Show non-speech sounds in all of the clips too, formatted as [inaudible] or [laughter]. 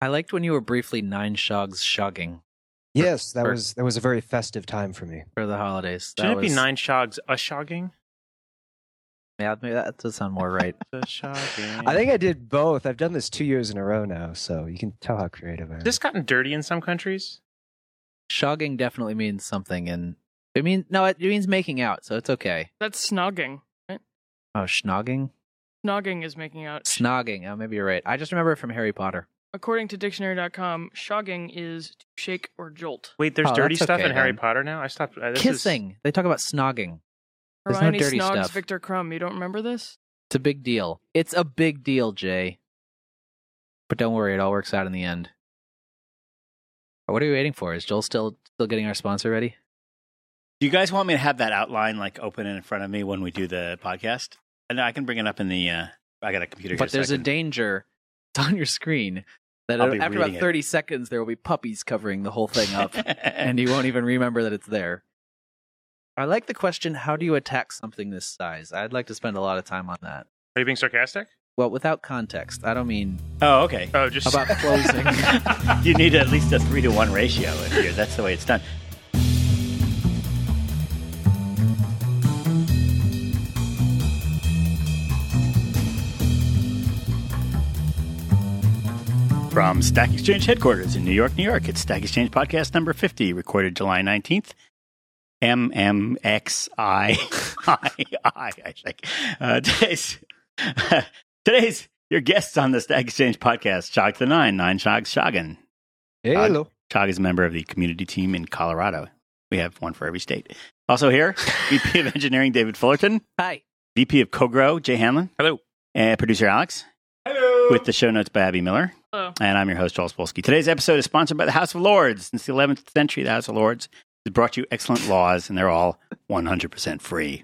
I liked when you were briefly nine shogs shogging Yes, that for- was that was a very festive time for me. for the holidays. That Shouldn't it be was- nine shogs a shogging? Yeah, maybe that does sound more right. [laughs] A shogging. I think I did both. I've done this two years in a row now, so you can tell how creative I am. this gotten dirty in some countries. shogging definitely means something, and it means no, it means making out, so it's okay. That's snogging. Oh, schnogging, Snogging is making out. snogging. Oh, maybe you're right. I just remember it from Harry Potter. According to dictionary.com, shogging is to shake or jolt. Wait, there's Oh, dirty that's stuff okay, in Harry then. Potter now. I stopped. Uh, this is- Kissing. They talk about snogging. There's no Hermione dirty snogs stuff. Victor Crumb. You don't remember this? It's a big deal. It's a big deal, Jay. But don't worry, it all works out in the end. What are we waiting for? Is Joel still still getting our sponsor ready? Do you guys want me to have that outline like open in front of me when we do the podcast? And I can bring it up in the. Uh, I got a computer. but here, there's so I a can- danger [laughs] it's on your screen that I'll be after about reading it. 30 seconds there will be puppies covering the whole thing [laughs] up [laughs] and you won't even remember that it's there i like the question how do you attack something this size i'd like to spend a lot of time on that Are you being sarcastic? well without context i don't [laughs] mean oh, okay. Oh, just about closing [laughs] you need at least a three to one ratio in here. That's the way it's done. From Stack Exchange headquarters in New York, New York, it's Stack Exchange podcast number 50, recorded July 19th. MMXII, [laughs] I think. Uh, [laughs] today's, today's your guests on the Stack Exchange podcast, Shog the Nine, Nine Shog Shoggin. Hello. Chog is a member of the community team in Colorado. We have one for every state. Also [laughs] here, VP of Engineering David Fullerton, [laughs] hi VP of CoGrow Jay Hanlon. Hello. And producer Alex. Hello. With the show notes by Abby Miller. Hello. And I'm your host, Joel Spolsky. Today's episode is sponsored by the House of Lords. Since the 11th century, the House of Lords has brought you excellent laws, and they're all [laughs] 100% free.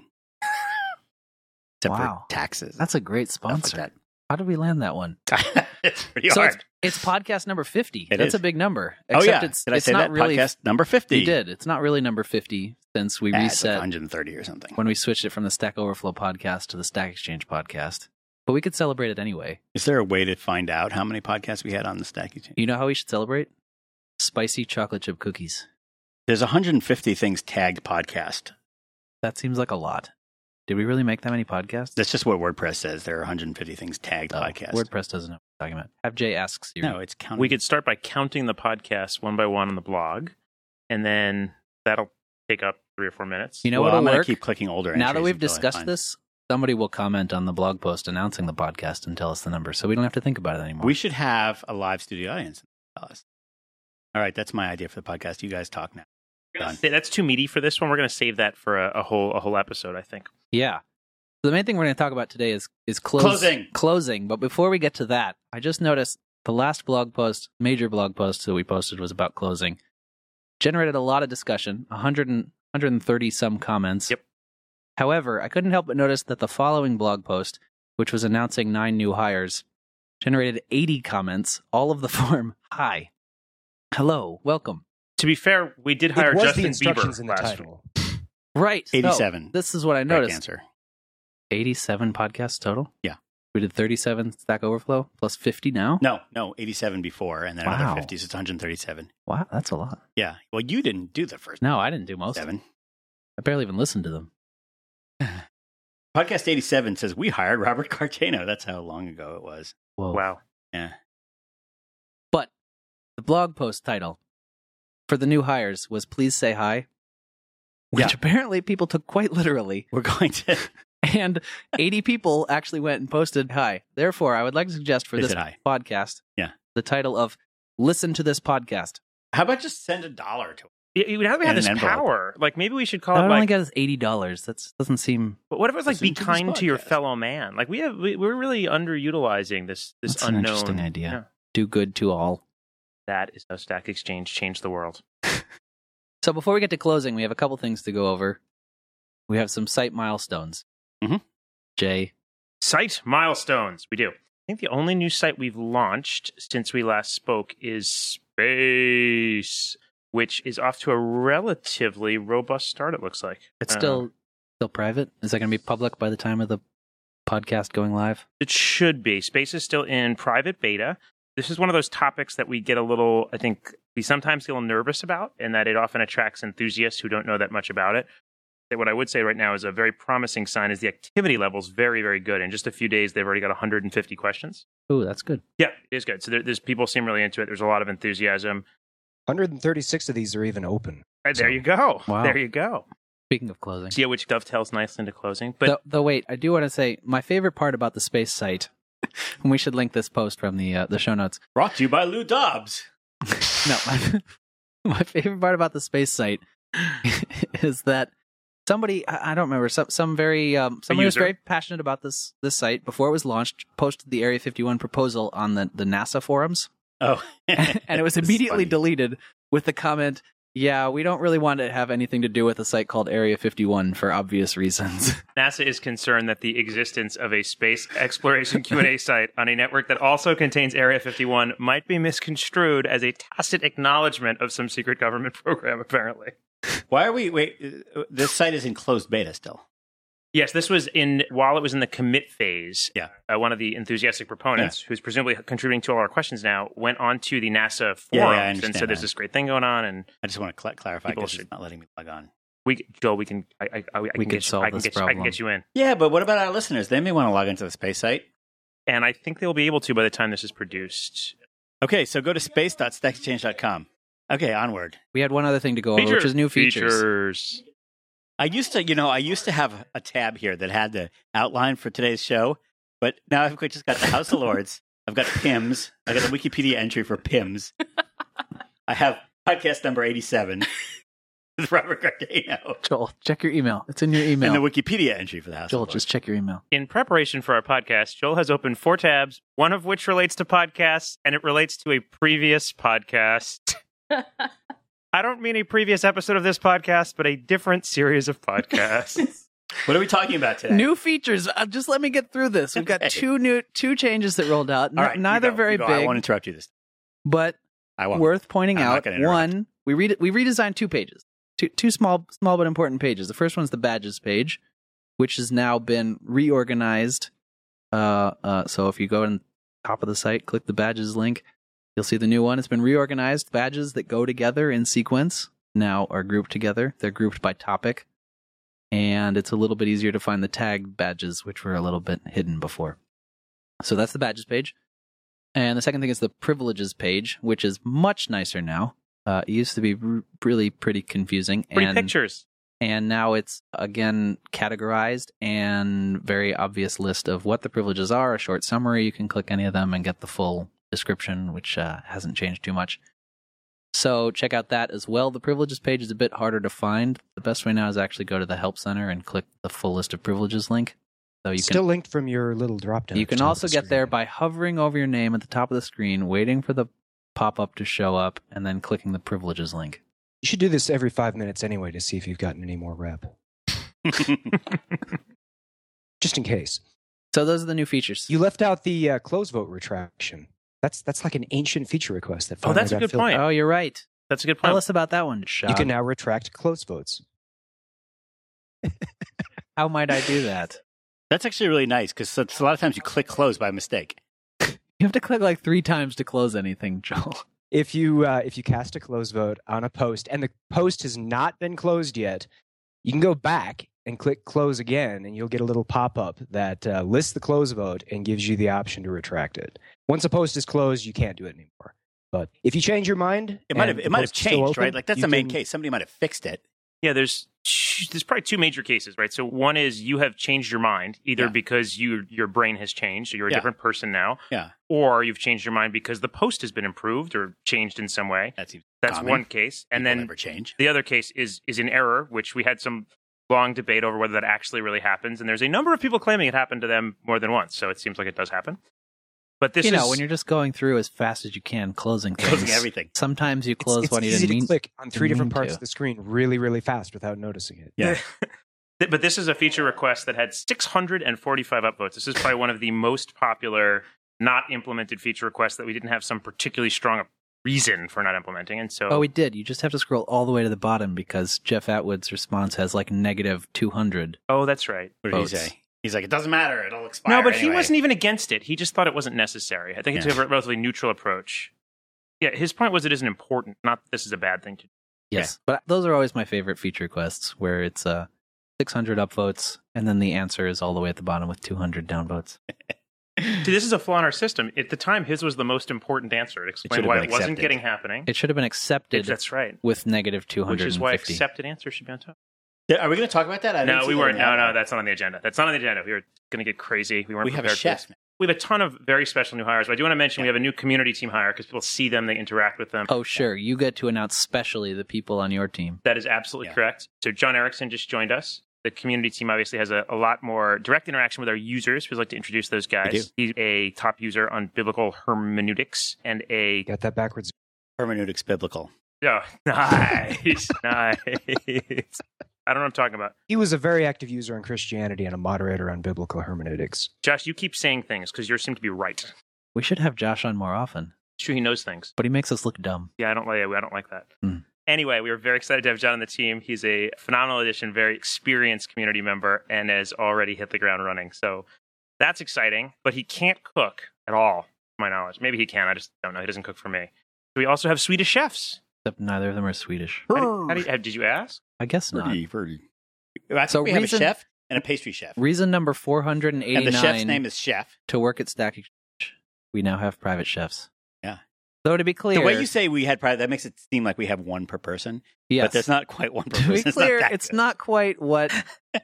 Except Wow. for taxes. that's a great sponsor Stuff how did we land that one like that. [laughs] it's pretty so hard. it's, it's podcast number 50 It that's is. a big number oh, except yeah. it's, Did I it's say not that? really Podcast number 50. you did it's not really number 50 since we Ah, it's like reset 130 or something. when we switched it from the Stack Overflow podcast to the Stack Exchange podcast. But we could celebrate it anyway. Is there a way to find out how many podcasts we had on the Stacky Chain? You know how we should celebrate? Spicy chocolate chip cookies. There's 150 things tagged podcast. That seems like a lot. Did we really make that many podcasts? That's just what WordPress says. There are 150 things tagged No, podcast. Oh, WordPress doesn't know what we're talking about. Have Jay ask Siri. no, it's counting. [laughs] we could start by counting the podcasts one by one on the blog, and then that'll take up three or four minutes. you know well, I'm what'll gonna work? keep clicking older. Now that entries we've until I discussed find- this, somebody will comment on the blog post announcing the podcast and tell us the number, so we don't have to think about it anymore. we should have a live studio audience. Tell us. All right, that's my idea for the podcast. You guys talk now. We're gonna Done. sa- that's too meaty for this one. We're going to save that for a, a whole a whole episode. I think. Yeah. The main thing we're going to talk about today is is close, Closing. Closing. But before we get to that, I just noticed the last blog post, major blog post that we posted was about closing. Generated a lot of discussion, 100 and, 130 some comments. Yep. However, I couldn't help but notice that the following blog post, which was announcing nine new hires, generated 80 comments, all of the [laughs] form hi, hello, welcome. To be fair, we did hire it was Justin the instructions Bieber in the last title. Right. so 87. this is what I Correct noticed. answer. 87 podcasts total? Yeah. We did 37 Stack Overflow plus 50 now? No, no, 87 before, and then Wow. another 50, so it's 137. Wow, that's a lot. Yeah. Well, you didn't do the first No, I didn't do most. of them. seven. I barely even listened to them. Podcast 87 says we hired Robert Cartano. That's how long ago it was. Whoa. week. Wow. Yeah. But the blog post title for the new hires was Please Say Hi, which Yeah. apparently people took quite literally. We're [laughs] going to And 80 people actually went and posted hi. Therefore, I would like to suggest for They this said hi. podcast Yeah. the title of Listen to This Podcast. How about just send a dollar to Yeah, you- Now we have And an this envelope. power. Like maybe we should That call it would only like. get us $80. That doesn't seem. but what if it was like be Listen to this kind to your podcast. fellow man? Like we have, we, we're really underutilizing this this That's an unknown interesting idea. Yeah. Do good to all. That is how Stack Exchange changed the world. So before we get to closing, we have a couple things to go over. We have some site milestones. Mm-hmm. Mhm. Jay, Site milestones. We do. I think the only new site we've launched since we last spoke is Space, which is off to a relatively robust start, it looks like. it's Uh, still still private. Is that going to be public by the time of the podcast going live? It should be. Space is still in private beta. this is one of those topics that we get a little, I think, we sometimes get a little nervous about, and that it often attracts enthusiasts who don't know that much about it. That What I would say right now is a very promising sign is the activity level is very, very good. In just a few days, they've already got 150 questions. Ooh, that's good. Yeah, it is good. So there, there's people seem really into it. There's a lot of enthusiasm. 136 of these are even open. And there So- you go. Wow. There you go. Speaking of closing. So yeah, which dovetails nicely into closing. But though, though wait, I do want to say my favorite part about the space site, [laughs] and we should link this post from the uh, the show notes. Brought to you by Lou Dobbs. No, my, [laughs] my favorite part about the space site [laughs] is that somebody I, I don't remember some some very um, somebody who was user. very passionate about this this site before it was launched posted the Area 51 proposal on the the NASA [laughs] forums, Oh, [laughs] and it [laughs] was That's immediately funny. deleted with the comment. Yeah, we don't really want to have anything to do with a site called Area 51 for obvious reasons. [laughs] NASA is concerned that the existence of a space [laughs] exploration Q&A site on a network that also contains Area 51 might be misconstrued as a tacit acknowledgement of some secret government [laughs] program apparently. Why are we? Wait, uh, this site is in closed beta still. Yes, this was in while it was in the commit phase. Yeah. Uh, one of the enthusiastic proponents who's presumably contributing to all our questions now went on to the NASA forums Yeah, yeah, I and understand said there's that. this great thing going on and I just want to cl- clarify People because should- it's not letting me log on. we Joel we can I I, I, I can could get you, solve I can this get you, I can problem. get you in. Yeah, but what about our listeners? They may want to log into the space site. And I think they'll be able to by the time this is produced. Okay, so go to space.stackexchange.com. Okay, onward. we had one other thing to go over, which is new features. features. I used to, you know, I used to have a tab here that had the outline for today's show, but now I've just got the House of Lords. I've got PIMS. I got a Wikipedia entry for PIMS. I have podcast number 87 [laughs] with Robert Cardano Joel, check your email. It's in your email. and the Wikipedia entry for the House Joel, of Lords. just check your email. In preparation for our podcast, Joel has opened four tabs, one of which relates to podcasts, and it relates to a previous [laughs] podcast. I don't mean a previous episode of this podcast, but a different series of [laughs] podcasts. What are we talking about today? New features. Uh, just let me get through this. We've got Okay. two new two changes that rolled out. N- All right, you neither go, you very go. big, I won't interrupt you this. but I won't. [laughs] worth pointing I'm not out. gonna interrupt. One, we read we redesigned two pages, two two small small but important pages. The first one's the badges page, which has now been reorganized. Uh, uh, so if you go in top of the site, click the badges link, you'll see the new one. It's been reorganized. Badges that go together in sequence now are grouped together. They're grouped by topic, and it's a little bit easier to find the tagged badges, which were a little bit hidden before. So that's the badges page. And the second thing is the privileges page, which is much nicer now. Uh, it used to be r- really pretty confusing. Pretty and, pictures. and now it's again categorized and very obvious list of what the privileges are a short summary you can click any of them and get the full description which uh, hasn't changed too much so check out that as well the privileges page is a bit harder to find the best way now is actually go to the help center and click the full list of privileges link so you Still linked from your little drop down. can you can also get there by hovering over your name at the top of the screen waiting for the pop up to show up and then clicking the privileges link You should do this every five minutes anyway to see if you've gotten any more rep, just in case. so those are the new features You left out the uh, close vote retraction. That's that's like an ancient feature request that. Oh, finally that's a got good filled. point. oh you're right That's a good point. Tell us about that one, Shab. You can now retract close votes. How might I do that? That's actually really nice because a lot of times you click close by mistake. [laughs] You have to click like three times to close anything, Joel. If you uh, if you cast a close vote on a post and the post has not been closed yet, you can go back and click close again, and you'll get a little pop up that uh, lists the close vote and gives you the option to retract it. Once a post is closed, you can't do it anymore. But if you change your mind, It might and have the it might have post is still changed, open, right? Like that's you the main can- case. Somebody might have fixed it. yeah, there's there's probably two major cases, right? So one is you have changed your mind, either Yeah. because you your brain has changed, so you're a Yeah. different person now, Yeah. or you've changed your mind because the post has been improved or changed in some way. That seems That's common. one case, and People then never change. The other case is is in error, which we had some long debate over whether that actually really happens. And there's a number of people claiming it happened to them more than once, so it seems like it does happen. But this you is know, when you're just going through as fast as you can, closing things. Closing everything. Sometimes you It's- close it's one you easy didn't to mean. click on three didn't different mean parts to. of the screen really, really fast without noticing it. Yeah. th- but this is a feature request that had 645 upvotes. This is probably one of the most popular not implemented feature requests that we didn't have some particularly strong reason for not implementing. And so Oh, we did. You just have to scroll all the way to the bottom because Jeff Atwood's response has like negative 200. oh that's right. What did he votes. say? He's like, it doesn't matter. It'll expire. No, but he anyway." e- wasn't even against it. He just thought it wasn't necessary. I think it's Yeah. a relatively neutral approach. Yeah, his point was it isn't important. Not that this is a bad thing to do. Yes, but those are always my favorite feature quests, where it's uh, 600 upvotes, and then the answer is all the way at the bottom with 200 downvotes. See, this is a flaw in our system. At the time, his was the most important answer. It explained should've why been it wasn't accepted. getting happening. It should have been accepted That's right. with negative 250. Which is why accepted answers should be on top. Yeah, Are we going to talk about that? I didn't No, see we that weren't. in the No, no, outline. that's not on the agenda. That's not on the agenda. We were going to get crazy. We weren't we have prepared a for this. chef. We have a ton of very special new hires, but I do want to mention Yeah. we have a new community team hire because people see them, they interact with them. oh, sure. You get to announce specially the people on your team. That is absolutely Yeah. correct. So John Erickson just joined us. The community team obviously has a, a lot more direct interaction with our users. We'd like to introduce those guys. He's a top user on biblical hermeneutics and a Got that backwards. Hermeneutics biblical. oh, [laughs] nice, nice. I don't know what I'm talking about. He was a very active user on Christianity and a moderator on biblical hermeneutics. Josh, you keep saying things because yours seem to be right. It's We should have Josh on more often, true, he knows things. but he makes us look dumb. Yeah, I don't like I don't like that. Hmm. Anyway, we were very excited to have John on the team. He's a phenomenal addition, very experienced community member, and has already hit the ground running. So that's exciting. But he can't cook at all, to my knowledge. Maybe he can. I just don't know. He doesn't cook for me. We also have Swedish chefs. Except neither of them are Swedish. How do- how do you- uh, did you ask? I guess not. I think So we have a reason- chef and a pastry chef. Reason number And the chef's 489 name is Chef. to work at Stack Exchange, we now have private chefs. Yeah. So to be clear, The way you say we had private, that makes it seem like we have one per person, yes. but there's not quite one per [laughs] to person. be clear, it's not, that it's good. not quite [laughs] what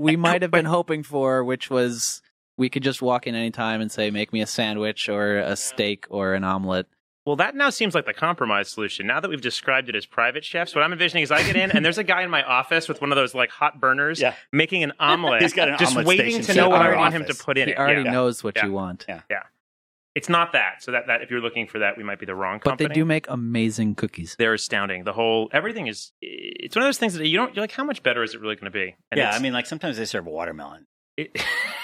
we might have been hoping for, which was we could just walk in anytime and say, "Make me a sandwich or a steak or an omelet." Well, that now seems like the compromise solution. Now that we've described it as private chefs, what I'm envisioning is I get in and there's a guy in my office with one of those like hot burners Yeah. making an omelet. He's got an just omelet waiting station to set know up what in I our want him to office. put in He it. already Yeah. knows what Yeah. you want, Yeah. It's not that. So that, that if you're looking for that, we might be the wrong but company. they do make amazing cookies. They're astounding. The whole everything is. It's one of those things that you don't. You're like, how much better is it really going to be? And Yeah, it's- I mean, like sometimes they serve watermelon. it- [laughs]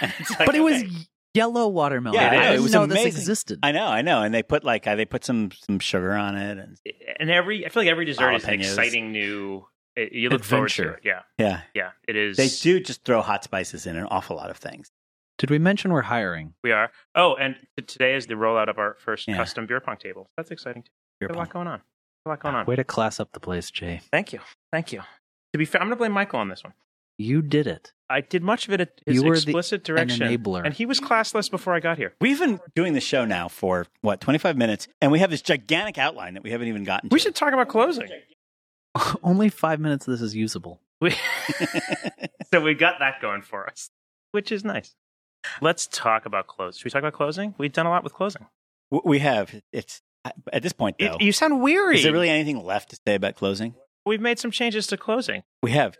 It's like, But it was okay. yellow watermelon. I Yeah, it is. didn't It was know amazing. this existed. I know, I know, and they put like uh, they put some some sugar on it, and and every I feel like every dessert is an Jalapenos. exciting new. It, you look forward to Adventure. it. Yeah, yeah, yeah. It is. they do just throw hot spices in an awful lot of things. Did we mention we're hiring? We are. Oh, and t- today is the rollout of our first Yeah. custom beer pong table. That's exciting. Too. Beer There's a pong. lot going on. A lot going on. Way to class up the place, Jay. Thank you. Thank you. To be fair, I'm going to blame Michael on this one. You did it. I did much of it at his You were the- explicit direction, enabler. and he was classless before I got here. We've been doing the show now for what twenty five minutes, and we have this gigantic outline that we haven't even gotten. We to. should talk about closing. [laughs] Only five minutes. Of this is usable. We- so we got that going for us, which is nice. Let's talk about close. Should we talk about closing? We've done a lot with closing. [laughs] W- we have it's at this point though. It- you sound weary. is there really anything left to say about closing? We've made some changes to closing. We have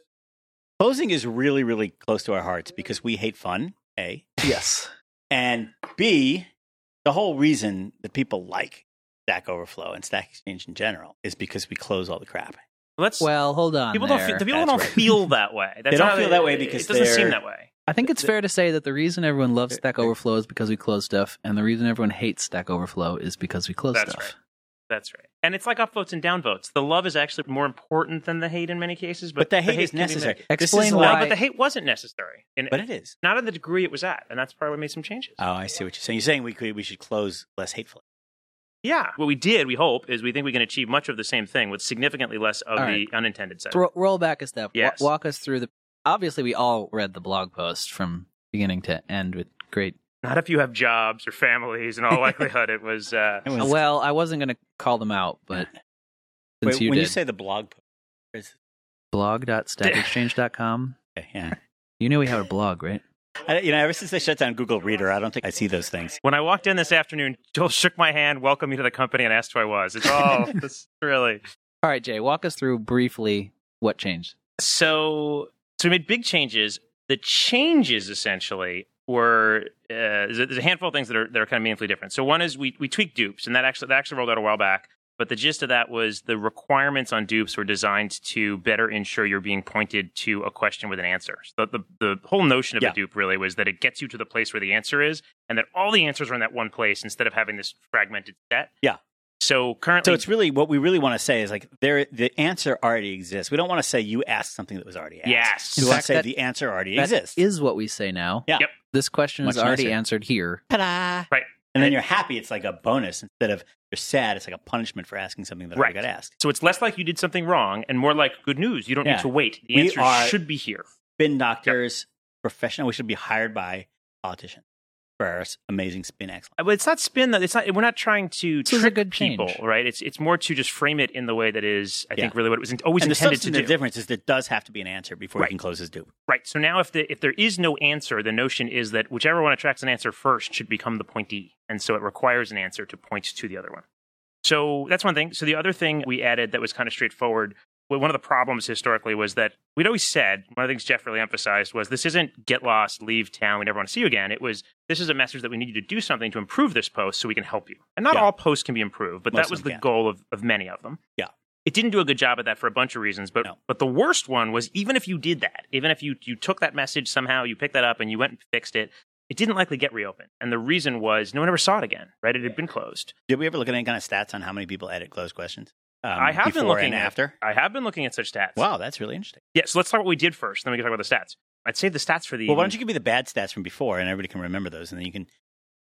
closing is really really close to our hearts because we hate fun. A Yes. And B, the whole reason that people like Stack Overflow and Stack Exchange in general is because we close all the crap. [laughs] Let's. Well, hold on. people there. don't. Feel, the people That's don't right. feel that way. That's don't not- feel that way because it doesn't seem they're- that way. I think it's fair to say that the reason everyone loves Stack Overflow is because we close stuff, and the reason everyone hates Stack Overflow is because we close That's stuff. right. That's right. And it's like upvotes and downvotes. The love is actually more important than the hate in many cases. But, But, the hate, can is be made- necessary. Explain this is No, why- but the hate wasn't necessary. In, But it is. not at the degree it was at, and that's probably why we made some changes. Oh, I see what you're saying. You're saying we could, we should close less hatefully. Yeah. What we did, we hope, is we think we can achieve much of the same thing with significantly less of All the unintended side. Thro- roll back a step. Wa- Yes. walk us through the. Obviously, we all read the blog post from beginning to end with great. Not if you have jobs or families. In [laughs] all likelihood, it was. Uh, It was- Well, I wasn't going to call them out, [laughs] but Wait, since you when did, you say the blog post, is- blog.stackexchange.com, okay, yeah. you knew we had a blog, right? I, you know, ever since they shut down Google Reader, I don't think I see those things. when I walked in this afternoon, Joel shook my hand, welcomed me to the company, and asked who I was. It's all [laughs] this really. All right, Jay, walk us through briefly what changed. So, so we made big changes. The changes essentially were uh, there's a- there's a handful of things that are that are kind of meaningfully different. So one is we we tweaked dupes, and that actually that actually rolled out a while back. But the gist of that was the requirements on dupes were designed to better ensure you're being pointed to a question with an answer. So the, the, the whole notion of Yeah. a dupe really was that it gets you to the place where the answer is, and that all the answers are in that one place instead of having this fragmented set. So currently, So it's really what we really want to say is like there the answer already exists. We don't want to say you asked something that was already asked. yes, We In want to fact, say that- the answer already That exists. is what we say now. Yeah. Yep. This question Much is already nicer. answered here. Ta-da. Right. And then you're happy. It's like a bonus instead of you're sad. It's like a punishment for asking something that Right. I got asked. so it's less like you did something wrong and more like good news. You don't Yeah. need to wait. The We answer are- should be here. Spin doctors, professional. We should be hired by politicians for our s- amazing spin excellence. Uh, But it's not spin. That it's not. We're not trying to This is a trick good people, change. right? It's it's more to just frame it in the way that is. I think Yeah. really what it was in- always and the intended to do. substantive difference is there does have to be an answer before Right. you can close his dupe. Right. So now, if the if there is no answer, the notion is that whichever one attracts an answer first should become the pointee, and so it requires an answer to point to the other one. So that's one thing. So the other thing we added that was kind of straightforward. well, One of the problems historically was that we'd always said one of the things Jeff really emphasized was this isn't get lost, leave town, we never want to see you again. It was this is a message that we need you to do something to improve this post so we can help you. And not Yeah. all posts can be improved, but Most that of was them the can't. goal of, of many of them. Yeah. It didn't do a good job at that for a bunch of reasons, but No. but the worst one was even if you did that, even if you you took that message somehow, you picked that up and you went and fixed it, it didn't likely get reopened. And the reason was no one ever saw it again, right? It had been closed. Did we ever look at any kind of stats on how many people edit closed questions? Um, I have been before looking and at- after. I have been looking at such stats. Wow, that's really interesting. Yeah, so let's talk about what we did first, then we can talk about the stats. I'd save the stats for the Well, why don't you give me the bad stats from before, and everybody can remember those, and then you can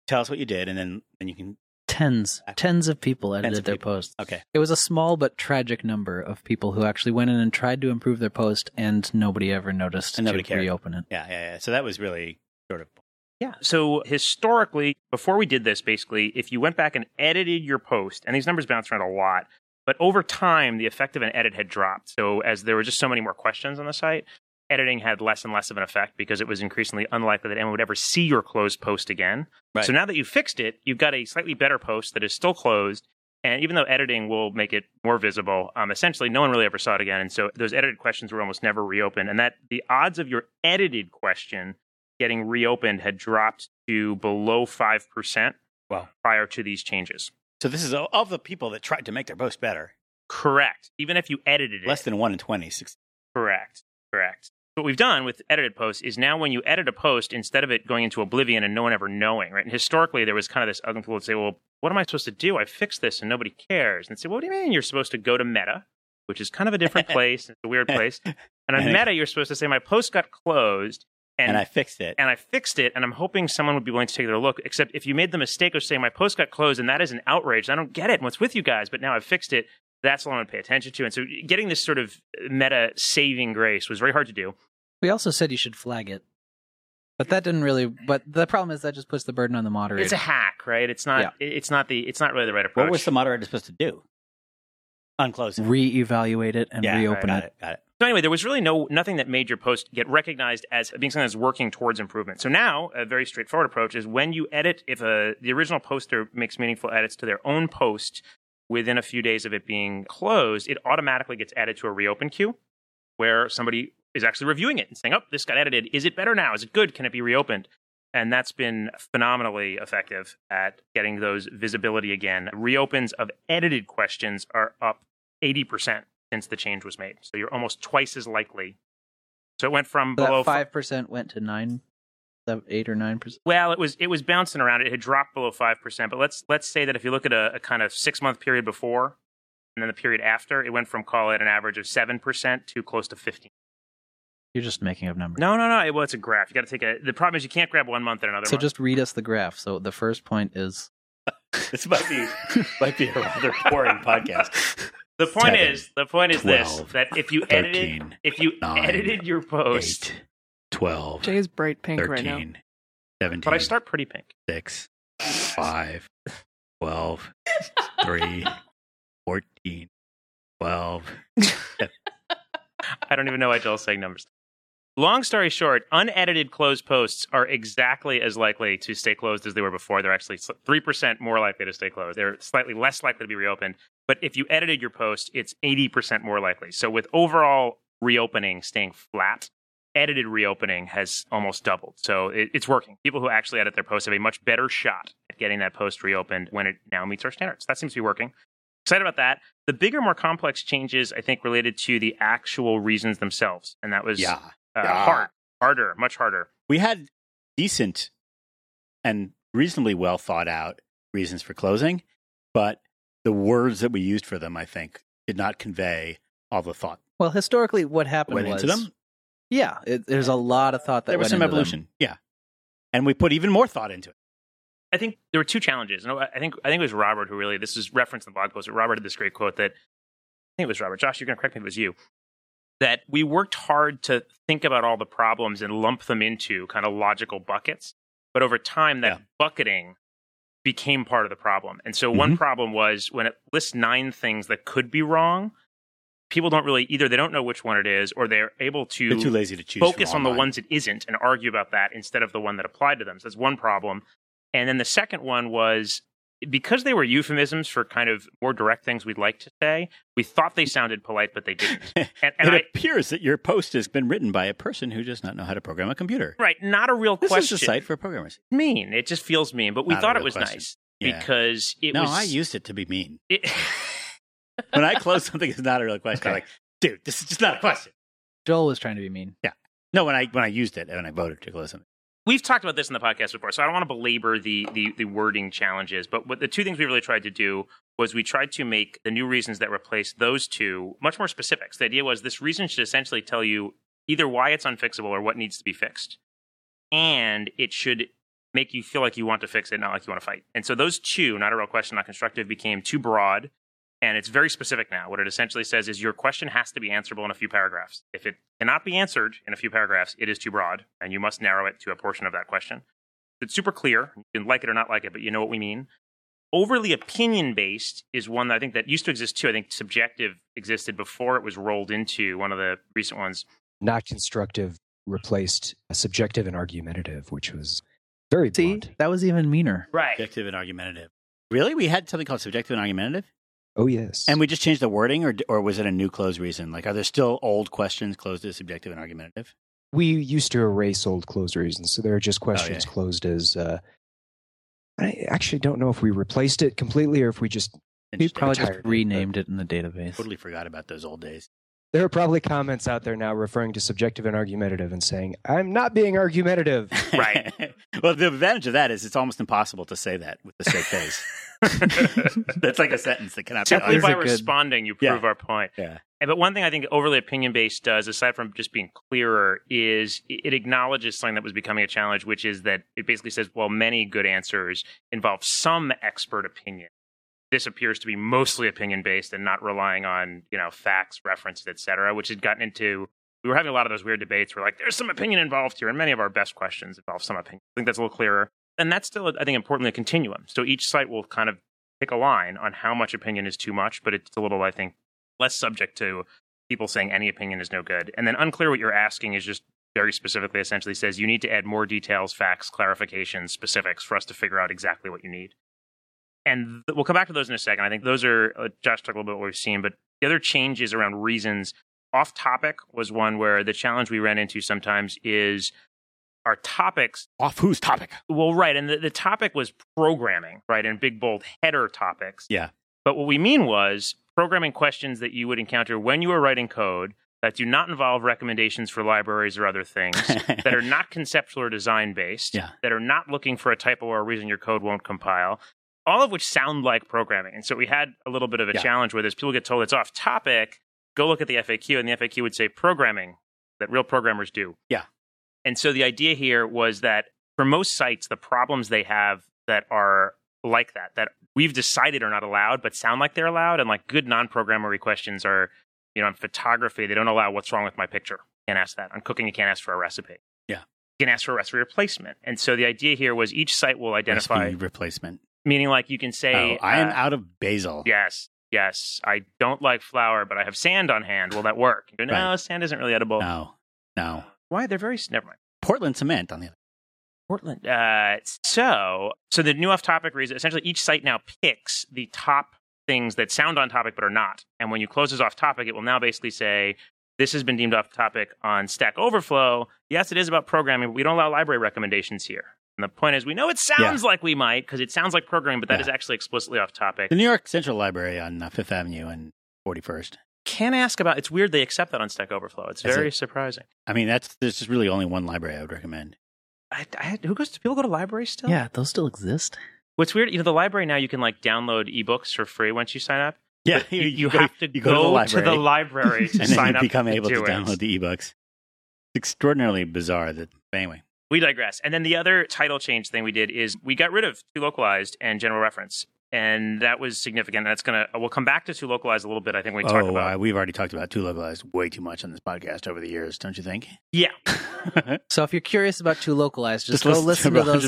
tell us what you did, and then and you can. Tens, tens of people edited of their people. posts. Okay, It was a small but tragic number of people who actually went in and tried to improve their post, and nobody ever noticed And nobody to cared. reopen it. yeah, yeah, yeah. So that was really sort of Yeah. So historically, before we did this, basically, if you went back and edited your post, and these numbers bounce around a lot, but over time, the effect of an edit had dropped. So as there were just so many more questions on the site, editing had less and less of an effect because it was increasingly unlikely that anyone would ever see your closed post again. Right. So now that you fixed it, you've got a slightly better post that is still closed. And even though editing will make it more visible, um, essentially no one really ever saw it again. And so those edited questions were almost never reopened. And that the odds of your edited question getting reopened had dropped to below 5% Wow. prior to these changes. So this is o- of the people that tried to make their post better. Correct. Even if you edited it. Less than one in twenty. Six. correct. Correct. What we've done with edited posts is now when you edit a post, instead of it going into oblivion and no one ever knowing, right? And historically, there was kind of this ugly people would say, well, what am I supposed to do? I fixed this and nobody cares. And say, well, what do you mean you're supposed to go to Meta, which is kind of a [laughs] different place? It's a weird place. And on And I- Meta, you're supposed to say, my post got closed. and, I fixed it. and I fixed it, and I'm hoping someone would be willing to take their look. Except if you made the mistake of saying my post got closed, and that is an outrage. I don't get it. What's with you guys? But now I've fixed it. That's all I'm going to pay attention to. And so getting this sort of meta saving grace was very hard to do. We also said you should flag it, but that didn't really. But the problem is that just puts the burden on the moderator. It's a hack, right? It's not. It's not the. It's not really the right approach. what was the moderator supposed to do? Unclose it. Reevaluate it and Yeah, reopen got it. it. Got it. So anyway, there was really no nothing that made your post get recognized as being something that's working towards improvement. So now a very straightforward approach is when you edit, if a, the original poster makes meaningful edits to their own post within a few days of it being closed, it automatically gets added to a reopen queue where somebody is actually reviewing it and saying, "Oh, this got edited. Is it better now? Is it good? Can it be reopened?" And that's been phenomenally effective at getting those visibility again. Reopens of edited questions are up 80% since the change was made. So you're almost twice as likely. So it went from So below that five percent went to nine, seven, eight or nine percent. well, it was it was bouncing around. It had dropped below five percent, but let's let's say that if you look at a, a kind of six month period before and then the period after, it went from call it an average of seven percent to close to fifteen. You're just making up numbers. No, no, no. It, well, it's a graph. You got to take a. The problem is you can't grab one month and another. So month. just read us the graph. So the first point is This might be might be a rather [laughs] boring podcast. the point seven, is the point is this 12, that if you edited if you nine, edited your post, 12, Jay is bright pink right now. 17, but I start pretty pink. [laughs] 6, 5, 12, [laughs] 3, 14, 12. I don't even know why Joel's saying numbers. Long story short, unedited closed posts are exactly as likely to stay closed as they were before. They're actually sl- 3% more likely to stay closed. They're slightly less likely to be reopened. But if you edited your post, it's 80% more likely. So with overall reopening staying flat, edited reopening has almost doubled. So it, it's working. People who actually edit their posts have a much better shot at getting that post reopened when it now meets our standards. That seems to be working. Excited about that. The bigger, more complex changes, I think, related to the actual reasons themselves. And that was Yeah. uh, Yeah. hard, harder, much harder. we had decent and reasonably well thought out reasons for closing, but the words that we used for them, I think, did not convey all the thought Well, historically, what that happened went was into them. Yeah, it, there's a lot of thought that there was went some into them. evolution. Yeah. And we put even more thought into it. I think there were two challenges. And I think I think it was Robert who really this is referenced in the blog post. But Robert had this great quote that I think it was Robert. Josh, you're going to correct me if it was you. That we worked hard to think about all the problems and lump them into kind of logical buckets, but over time that Yeah. bucketing became part of the problem. And so Mm-hmm. one problem was when it lists nine things that could be wrong. People don't really either they don't know which one it is, or they're able to They're too lazy to choose. from focus on the online. ones it isn't and argue about that instead of the one that applied to them. So that's one problem. And then the second one was because they were euphemisms for kind of more direct things we'd like to say, we thought they sounded polite, but they [laughs] didn't. And, and it I, appears that your post has been written by a person who does not know how to program a computer. right, not a real This question. is a site for programmers. mean. It just feels mean, but we Not a thought real it was question. nice Yeah. because it no, was. I used it to be mean. [laughs] it- When I close [laughs] something, it's not a real question. I'm Okay. like, dude, this is just not a question. Joel was trying to be mean. No, when I when I used it when I voted to close something. we've talked about this in the podcast before, so I don't want to belabor the, the the wording challenges. But what the two things we really tried to do was we tried to make the new reasons that replace those two much more specific. So the idea was this reason should essentially tell you either why it's unfixable or what needs to be fixed, and it should make you feel like you want to fix it, not like you want to fight. And so those two, not a real question, not constructive, became too broad. And it's very specific now. What it essentially says is your question has to be answerable in a few paragraphs. If it cannot be answered in a few paragraphs, it is too broad, and you must narrow it to a portion of that question. It's super clear. You can like it or not like it, but you know what we mean. Overly opinion based is one that I think that used to exist too. I think subjective existed before it was rolled into one of the recent ones. Not constructive replaced uh, subjective and argumentative, which was very See, blunt. that was even meaner. Right. Subjective and argumentative. Really, we had something called subjective and argumentative, Oh yes, and we just changed the wording, or or was it a new close reason? Like, are there still old questions closed as subjective and argumentative? we used to erase old closed reasons, so there are just questions yeah. closed as. Uh, I actually don't know if we replaced it completely or if we just. We Interesting. probably tired just of it, but- renamed it in the database. Totally forgot about those old days. There are probably comments out there now referring to subjective and argumentative and saying, "I'm not being [laughs] argumentative." Right. well, the advantage of that is it's almost impossible to say that with the straight face. [laughs] That's like a sentence that cannot be Simply There's by a good- responding, you Yeah. prove our point. Yeah. And- But one thing I think overly opinion based does, aside from just being clearer, is i- it acknowledges something that was becoming a challenge, which is that it basically says, well, many good answers involve some expert opinion. This appears to be mostly opinion based and not relying on, you know, facts, references, et cetera, which had gotten into we were having a lot of those weird debates where like there's some opinion involved here, and many of our best questions involve some opinion. I think that's a little clearer. And that's still, I think, importantly, a continuum. So each site will kind of pick a line on how much opinion is too much, but it's a little, I think, less subject to people saying any opinion is no good. And then unclear what you're asking is just very specifically essentially says you need to add more details, facts, clarifications, specifics for us to figure out exactly what you need. And th- we'll come back to those in a second. I think those are, uh, Josh talked a little bit what we've seen, but the other changes around reasons off topic was one where the challenge we ran into sometimes is our topics Off whose [laughs] topic? well, right, and the, the topic was programming, right, and big bold header topics. Yeah. But what we mean was programming questions that you would encounter when you are writing code that do not involve recommendations for libraries or other [laughs] things, that are not conceptual or design based, Yeah. that are not looking for a typo or a reason your code won't compile, all of which sound like programming. And so we had a little bit of a Yeah. challenge where this people get told it's off topic, go look at the FAQ, and the FAQ would say programming that real programmers do. Yeah. And so the idea here was that for most sites, the problems they have that are like that, that we've decided are not allowed, but sound like they're allowed, and like good non programmery questions are, you know, in photography, they don't allow what's wrong with my picture. Can't ask that. On cooking, you can't ask for a recipe. Yeah. You can ask for a recipe replacement. And so the idea here was each site will identify, Recipe replacement. meaning like you can say, oh, I am uh, out of basil. Yes, yes. I don't like flour, but I have sand on hand. Will that work? You go, no, Right. sand isn't really edible. No, no. Why? They're very. s- Never mind. Portland cement on the other. Portland. Uh, so, so the new off-topic reason. Essentially, each site now picks the top things that sound on topic but are not. And when you close this off-topic, it will now basically say. This has been deemed off topic on Stack Overflow. Yes, it is about programming, but we don't allow library recommendations here. And the point is, we know it sounds like we might because it sounds like programming, but that Yeah. is actually explicitly off topic. The New York Central Library on uh, Fifth Avenue and Forty First. can ask about it's weird they accept that on stack overflow it's Is very it? surprising I mean, that's there's just really only one library I would recommend. I, I, who goes to people go to libraries still Yeah, those still exist. What's weird, you know, the library now you can like download ebooks for free once you sign up. Yeah, You, you have to you go, to, the library, [laughs] library to and sign then up you become to able to do it. download the ebooks. It's extraordinarily bizarre. That but anyway, we digress. And then the other title change thing we did is we got rid of Too Localized and General Reference. And that was significant. That's going to, we'll come back to Too Localized a little bit, I think, when we talk oh, about uh, we've already talked about two localized way too much on this podcast over the years, don't you think? Yeah. So if you're curious about too [laughs] localized, just, Just go listen listen to to those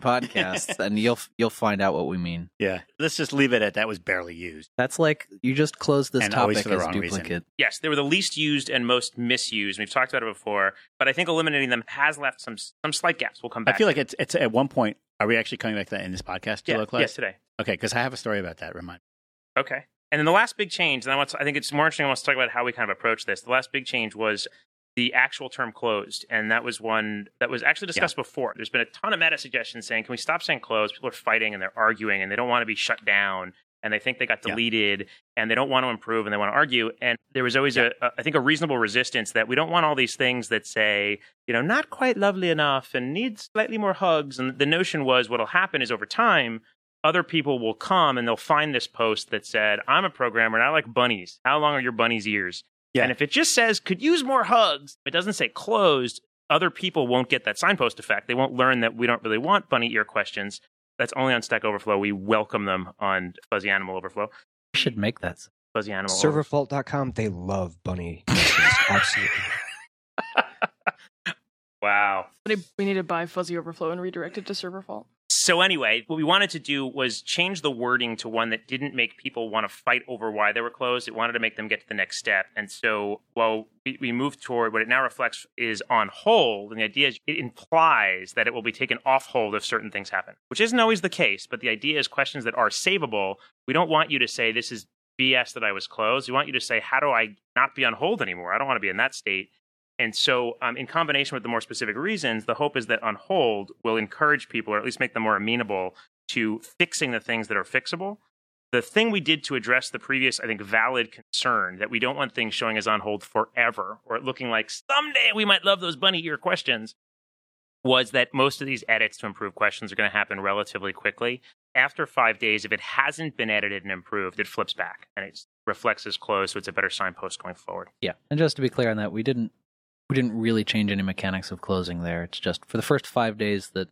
137 [laughs] podcasts, and you'll you'll find out what we mean. [laughs] yeah, let's just leave it at that. Was barely used. That's like you just closed this And always topic for as the wrong reason. duplicate. Yes, they were the least used and most misused. We've talked about it before, but I think eliminating them has left some some slight gaps. We'll come I back. feel like it's it's at one point. Are we actually coming back to that in this podcast? Two yeah, localized. yes, today. Okay, because I have a story about that. Remind. Okay. And then the last big change, and I want to, I think it's more interesting. I want to talk about how we kind of approach this. The last big change was the actual term closed, and that was one that was actually discussed before. There's been a ton of meta suggestions saying, "Can we stop saying closed?" People are fighting and they're arguing, and they don't want to be shut down, and they think they got Yeah. deleted, and they don't want to improve, and they want to argue. And there was always a, a, I think, a reasonable resistance that we don't want all these things that say, you know, not quite lovely enough, and needs slightly more hugs. And the notion was, what'll happen is over time other people will come and they'll find this post that said, I'm a programmer and I like bunnies. How long are your bunnies' ears? Yeah. And if it just says, could use more hugs, it doesn't say closed, other people won't get that signpost effect. They won't learn that we don't really want bunny ear questions. That's only on Stack Overflow. We welcome them on Fuzzy Animal Overflow. I should make that. Fuzzy Animal Overflow. Serverfault.com, they love bunny. [laughs] questions. Absolutely. Wow. But we need to buy Fuzzy Overflow and redirect it to server fault. So anyway, what we wanted to do was change the wording to one that didn't make people want to fight over why they were closed. It wanted to make them get to the next step. And so, well, we, we moved toward what it now reflects is on hold. And the idea is it implies that it will be taken off hold if certain things happen, which isn't always the case. But the idea is questions that are savable. We don't want you to say this is BS that I was closed. We want you to say, how do I not be on hold anymore? I don't want to be in that state. And so, um, in combination with the more specific reasons, the hope is that on hold will encourage people, or at least make them more amenable to fixing the things that are fixable. The thing we did to address the previous, I think, valid concern that we don't want things showing as on hold forever or it looking like someday we might love those bunny ear questions was that most of these edits to improve questions are going to happen relatively quickly. After five days, if it hasn't been edited and improved, it flips back and it reflects as closed, so it's a better signpost going forward. Yeah, and just to be clear on that, we didn't we didn't really change any mechanics of closing there. It's just for the first five days that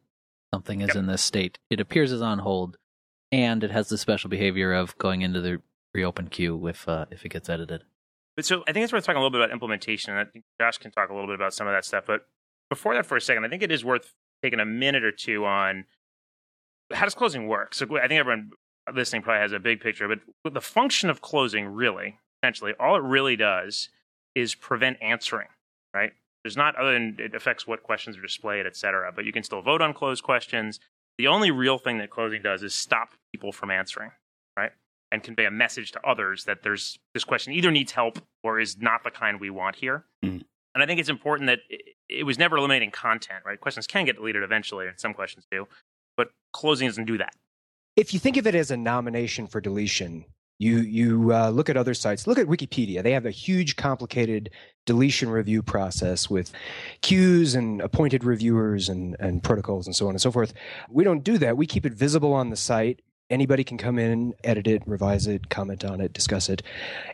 something is Yep. in this state, it appears as on hold, and it has the special behavior of going into the reopen queue if uh, if it gets edited. But so I think it's worth talking a little bit about implementation, and I think Josh can talk a little bit about some of that stuff. But before that, for a second, I think it is worth taking a minute or two on how does closing work. So I think everyone listening probably has a big picture, but the function of closing really, essentially, all it really does is prevent answering. Right? There's not other than it affects what questions are displayed, et cetera. But you can still vote on closed questions. The only real thing that closing does is stop people from answering and convey a message to others that there's this question either needs help or is not the kind we want here. Mm. And I think it's important that it, it was never eliminating content, right? Questions can get deleted eventually, and some questions do, but closing doesn't do that. if you think of it as a nomination for deletion, you you uh, look at other sites. Look at Wikipedia. They have a huge, complicated deletion review process with queues and appointed reviewers and and protocols and so on and so forth. We don't do that. We keep it visible on the site. Anybody can come in, edit it, revise it, comment on it, discuss it,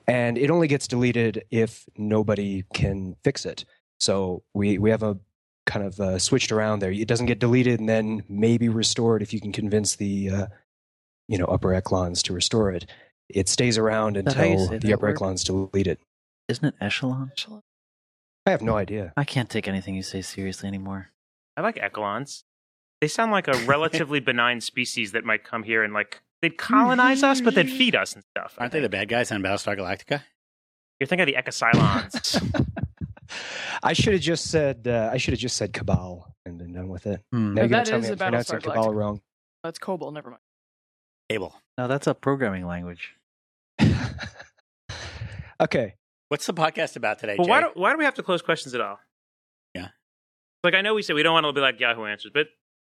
and it only gets deleted if nobody can fix it. So we we have a kind of uh, switched around there. It doesn't get deleted and then maybe restored if you can convince the uh, you know upper echelons to restore it. It stays around that how you until say the that upper word? echelons delete it. Isn't it echelon? I have no idea. I can't take anything you say seriously anymore. I like echelons. They sound [laughs] like a relatively benign species that might come here and like they'd colonize us, but they'd feed us and stuff. I Mm-hmm. Aren't they the think. bad guys on Battlestar Galactica? You're thinking of the ecosylons. [laughs] [laughs] I should have just said uh, I should have just said cabal and been done with it. Hmm. Now you're gonna that tell is me a I'm pronouncing Battlestar cabal Galactica. wrong. [laughs] That's COBOL. Never mind. Abel. No, that's a programming language. okay. What's the podcast about today? But Jay? why do, why do we have to close questions at all? Yeah. Like I know we said we don't want to be like Yahoo Answers, but,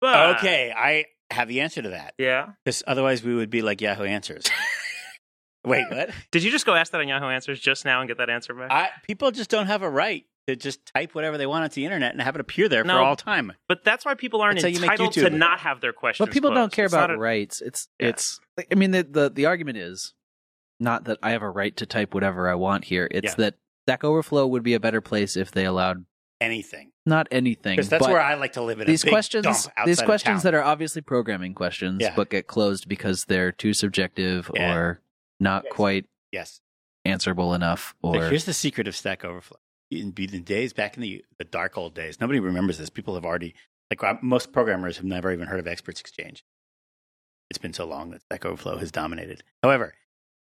but okay, I have the answer to that. yeah. Because otherwise, we would be like [laughs] Yahoo Answers. Wait, what? Did you just go ask that on Yahoo Answers just now and get that answer back? I, people just don't have a right to just type whatever they want onto the internet and have it appear there No. for all time. But that's why people aren't That's how you make entitled to YouTube. not have their questions. But people don't closed. care It's about not a- rights. It's Yeah. it's. I mean, the, the the argument is not that I have a right to type whatever I want here. It's Yeah. that Stack Overflow would be a better place if they allowed Anything. not anything. Because that's but where I like to live in a these big dump questions, outside these of questions town. that are obviously programming questions, Yeah. but get closed because they're too subjective Yeah. or not Yes. quite Yes. answerable enough. Like, Or here's the secret of Stack Overflow. In, in the days back in the, the dark old days, nobody remembers this. People have already, like uh, most programmers have never even heard of Experts Exchange. It's been so long that Stack Overflow has dominated. However,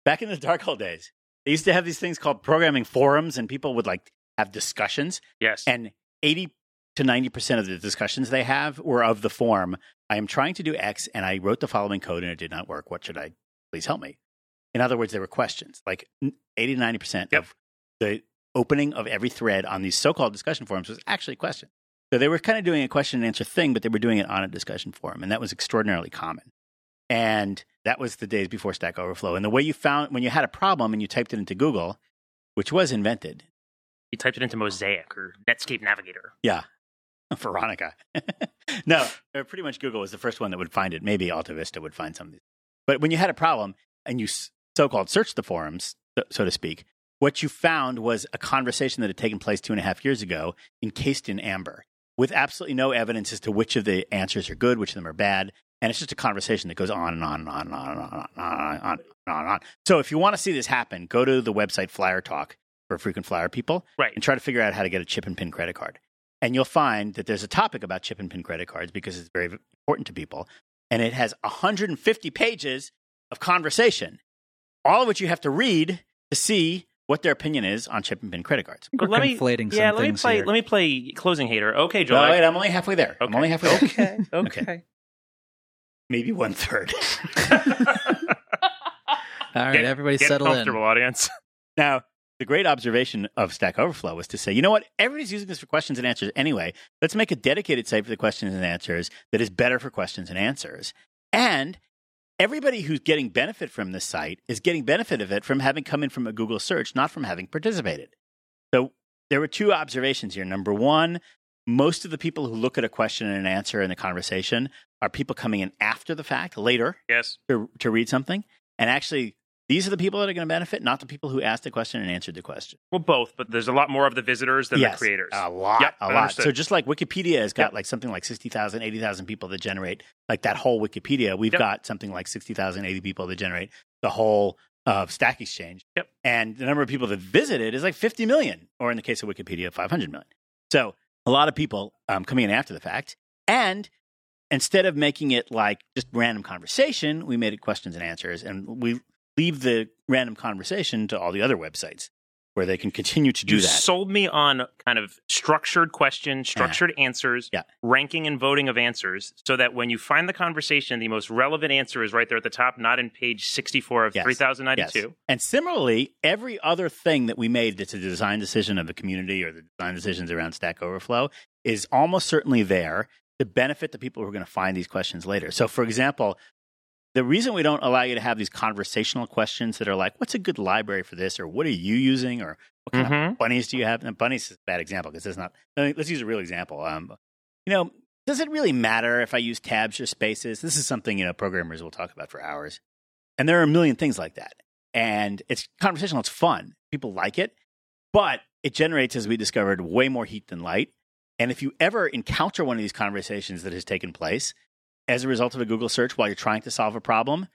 back in the [laughs] dark old days, they used to have these things called programming forums, and people would like have discussions. Yes. And 80 to 90% of the discussions they have were of the form I am trying to do X, and I wrote the following code and it did not work. What should I? Please help me. In other words, there were questions. Like 80 to 90% Yep. of the opening of every thread on these so called discussion forums was actually a question. So they were kind of doing a question and answer thing, but they were doing it on a discussion forum. And that was extraordinarily common. And that was the days before Stack Overflow. And the way you found when you had a problem and you typed it into Google, which was invented, you typed it into Mosaic or Netscape Navigator. [laughs] Veronica. no, uh, pretty much Google was the first one that would find it. Maybe AltaVista would find something. But when you had a problem and you s- so-called searched the forums, so- so to speak, what you found was a conversation that had taken place two and a half years ago, encased in amber, with absolutely no evidence as to which of the answers are good, which of them are bad, and it's just a conversation that goes on and on and on and on and on and on and on and on. And on. So if you want to see this happen, go to the website Flyer Talk for frequent flyer people, Right. and try to figure out how to get a chip and pin credit card and you'll find that there's a topic about chip and pin credit cards because it's very important to people and it has 150 pages of conversation all of which you have to read to see what their opinion is on chip and pin credit cards We're conflating yeah, some let me things play. here. Let me play closing hater. Okay, Joel. Well, I- wait i'm only halfway there i'm Okay. only halfway there okay [laughs] okay. maybe one third [laughs] all right, Get- everybody Get settle in. comfortable, audience. [laughs] now the great observation of stack overflow was to say you know what everybody's using this for questions and answers anyway let's make a dedicated site for the questions and answers that is better for questions and answers and everybody who's getting benefit from this site is getting benefit of it from having come in from a Google search, not from having participated. So there were two observations here. Number one, most of the people who look at a question and an answer in the conversation are people coming in after the fact, later, Yes. to, to read something. And actually, these are the people that are going to benefit, not the people who asked the question and answered the question. Well, both, but there's a lot more of the visitors than Yes, the creators. A lot, Yep, a I lot. understood. So just like Wikipedia has got Yep. like something like 60,000, 80,000 people that generate like that whole Wikipedia, we've Yep. got something like 60,000, 80 people that generate the whole of Stack Exchange. Yep. And the number of people that visit it is like 50 million, or in the case of Wikipedia, 500 million. So a lot of people um, coming in after the fact. And instead of making it like just random conversation, we made it questions and answers. And we leave the random conversation to all the other websites where they can continue to do you that. Eh. sold me on kind of structured questions, structured answers, Yeah. ranking and voting of answers, so that when you find the conversation, the most relevant answer is right there at the top, not in page 64 of Yes. 3092. And similarly, every other thing that we made that's a design decision of the community or the design decisions around Stack Overflow is almost certainly there to benefit the people who are going to find these questions later. So, for example, the reason we don't allow you to have these conversational questions that are like, what's a good library for this? Or what are you using? Or what kind Mhm. of bunnies do you have? And bunnies is a bad example because it's not, I mean, let's use a real example. Um, you know, does it really matter if I use tabs or spaces? This is something, you know, programmers will talk about for hours. And there are a million things like that. And it's conversational, it's fun. People like it, but it generates, as we discovered, way more heat than light. And if you ever encounter one of these conversations that has taken place as a result of a Google search while you're trying to solve a problem,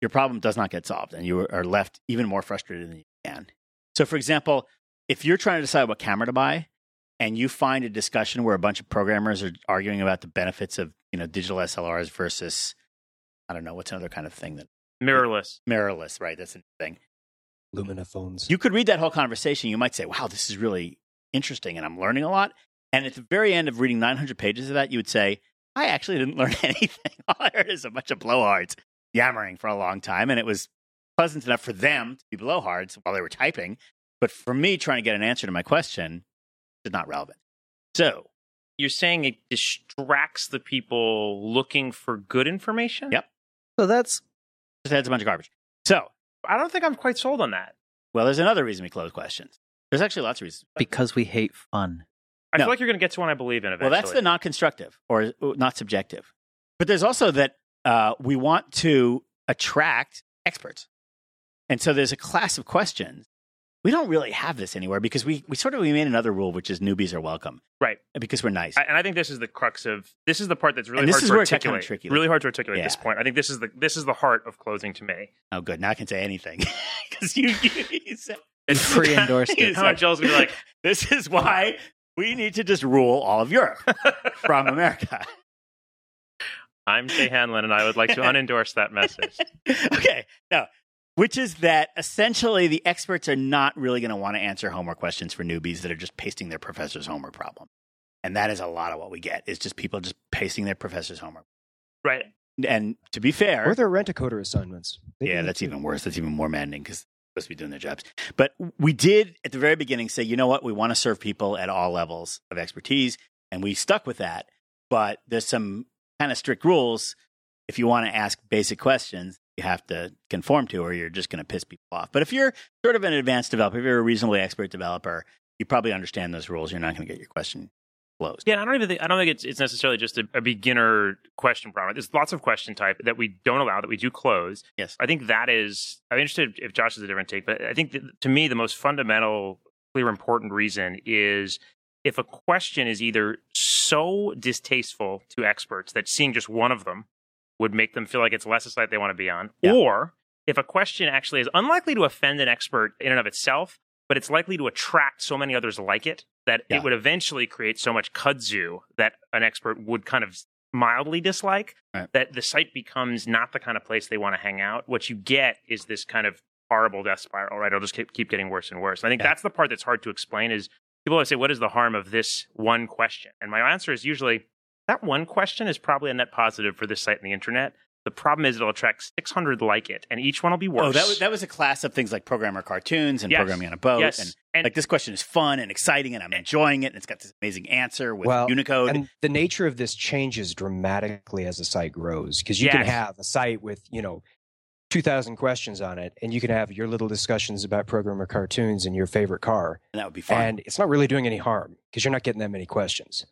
your problem does not get solved and you are left even more frustrated than you can. So, for example, if you're trying to decide what camera to buy and you find a discussion where a bunch of programmers are arguing about the benefits of you know digital SLRs versus I don't know what's another kind of thing that Mirrorless. mirrorless, right? That's a thing. Lumina phones. You could read that whole conversation. You might say, wow, this is really interesting and I'm learning a lot. And at the very end of reading 900 pages of that, you would say, I actually didn't [laughs] learn anything. All I heard is a bunch of blowhards yammering for a long time. And it was pleasant enough for them to be blowhards while they were typing. But for me, trying to get an answer to my question is not relevant. So, You're saying it distracts the people looking for good information? Yep. So that's just adds a bunch of garbage. So, I don't think I'm quite sold on that. well, there's another reason we close questions. There's actually lots of reasons. because we hate fun. I No. feel like you're going to get to one I believe in eventually. Well, that's the not constructive or uh, not subjective. But there's also that uh, we want to attract experts. And so there's a class of questions. We don't really have this anywhere because we, we sort of we made another rule, which is newbies are welcome. Right. Because we're nice. I- and I think this is the crux of this is the part that's really And this hard is to where it gets kinda articulate. tricky. Really hard to articulate at this Yeah. point. I think this is the this is the heart of closing to me. oh, good. Now I can say anything. [laughs] Because you, you, you said, [laughs] pre-endorsed it. How much Jill's gonna be like, this is why we need to just rule all of Europe from America. I'm Jay Hanlon, and I would like to unendorse that message. [laughs] okay, no. Which is that essentially the experts are not really going to want to answer homework questions for newbies that are just pasting their professor's homework problem. And that is a lot of what we get is just people just pasting their professor's homework. Right. And to be fair, Or their rent a coder assignments. They yeah, do that's too. even worse. That's even more maddening because they're supposed to be doing their jobs. But we did at the very beginning say, you know what, we want to serve people at all levels of expertise, and we stuck with that. But there's some kind of strict rules. If you want to ask basic questions, you have to conform to, or you're just going to piss people off. But if you're sort of an advanced developer, if you're a reasonably expert developer, you probably understand those rules. You're not going to get your question closed. Yeah, I don't even think I don't think it's it's necessarily just a, a beginner question problem. There's lots of question type that we don't allow that we do close. Yes. I think that is. I'm interested if Josh has a different take, but I think that, to me the most fundamental, clear, important reason is if a question is either so distasteful to experts that seeing just one of them would make them feel like it's less a site they want to be on, Yeah. or if a question actually is unlikely to offend an expert in and of itself, but it's likely to attract so many others like it that Yeah. it would eventually create so much kudzu that an expert would kind of mildly dislike Right. that the site becomes not the kind of place they want to hang out. What you get is this kind of horrible death spiral, right? It'll just keep, keep getting worse and worse. And I think Yeah. that's the part that's hard to explain is people always say, what is the harm of this one question? And my answer is usually that one question is probably a net positive for this site and the internet. The problem is it'll attract 600 like it, and each one will be worse. Oh, that was, that was a class of things like programmer cartoons and Yes. programming on a boat yes. and and like this question is fun and exciting and I'm enjoying it and it's got this amazing answer with Well, Unicode. And the nature of this changes dramatically as the site grows because you can Yes. have a site with, you know, 2,000 questions on it, and you can have your little discussions about programmer cartoons and your favorite car. and that would be fun. And it's not really doing any harm because you're not getting that many questions.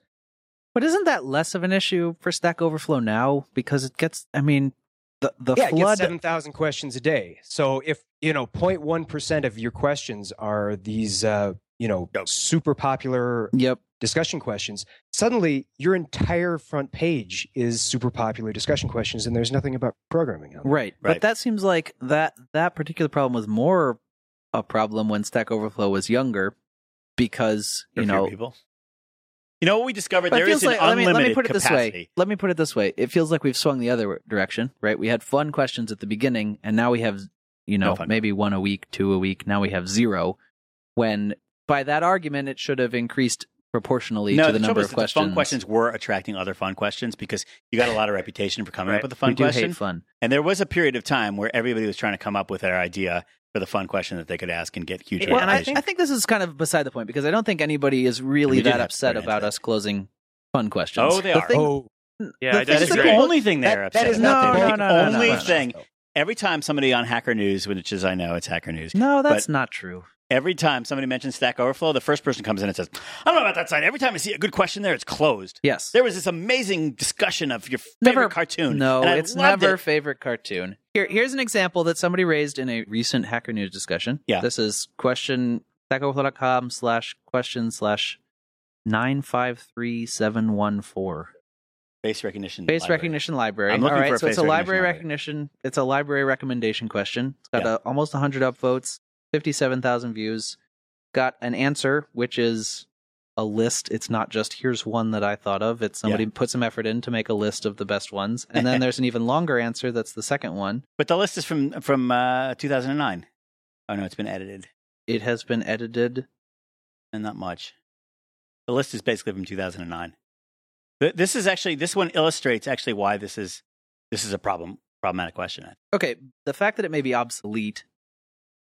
But isn't that less of an issue for Stack Overflow now? Because it gets, I mean, the the yeah, it flood. gets 7,000 questions a day. So if, you know, 0.1% of your questions are these, uh, you know, Dope. super popular yep. discussion questions, suddenly your entire front page is super popular discussion questions, and there's nothing about programming on it. Right. Right. But that seems like that that particular problem was more a problem when Stack Overflow was younger because, for you fewer know, people. You know what we discovered? But it There feels is an like- let me, unlimited let me put it capacity. this way. Let me put it this way. It feels like we've swung the other direction, right? We had fun questions at the beginning, and now we have, you No know, fun. maybe one a week, two a week. Now we have zero. When by that argument, it should have increased proportionally No, to the, the, number trouble is of that questions. the fun questions were attracting other fun questions because you got a lot of reputation for coming Right. up with a fun we do question. hate fun. And there was a period of time where everybody was trying to come up with their idea for the fun question that they could ask and get huge Well, Well, I, reputation. I think this is kind of beside the point because I don't think anybody is And we really did that have upset experience about that. us closing fun questions. Oh, they The are. thing- Oh, the Yeah, thing I that that is the people- only thing they're that- upset that is about. not That's the no, the no, no, only no, no. thing. Every time somebody on Hacker News, which is I know it's Hacker News, No, that's But- not true. Every time somebody mentions Stack Overflow, the first person comes in and says, I don't know about that site. Every time I see a good question there, it's closed. Yes. There was this amazing discussion of your favorite Never- cartoon. No, and I it's loved never it. favorite cartoon. Here, here's an example that somebody raised in a recent Hacker News discussion. Yeah. This is question stackoverflow.com slash question slash nine five three seven one four. face recognition. Face library. recognition library. I'm All looking right, for a so it's face a library recognition recognition. It's a library recommendation question. It's got uh almost 100 upvotes, 57,000 views. Got an answer, which is a list. It's not just here's one that I thought of. It's somebody put some effort in to make a list of the best [laughs] ones, and then there's an even longer answer. That's the second one. But the list is from from uh, 2009. Oh, no, it's been edited It has been edited. and not much. The list is basically from 2009. Th- This is actually, this one illustrates actually why this is this is a problem problematic question. Okay, the fact that it may be obsolete.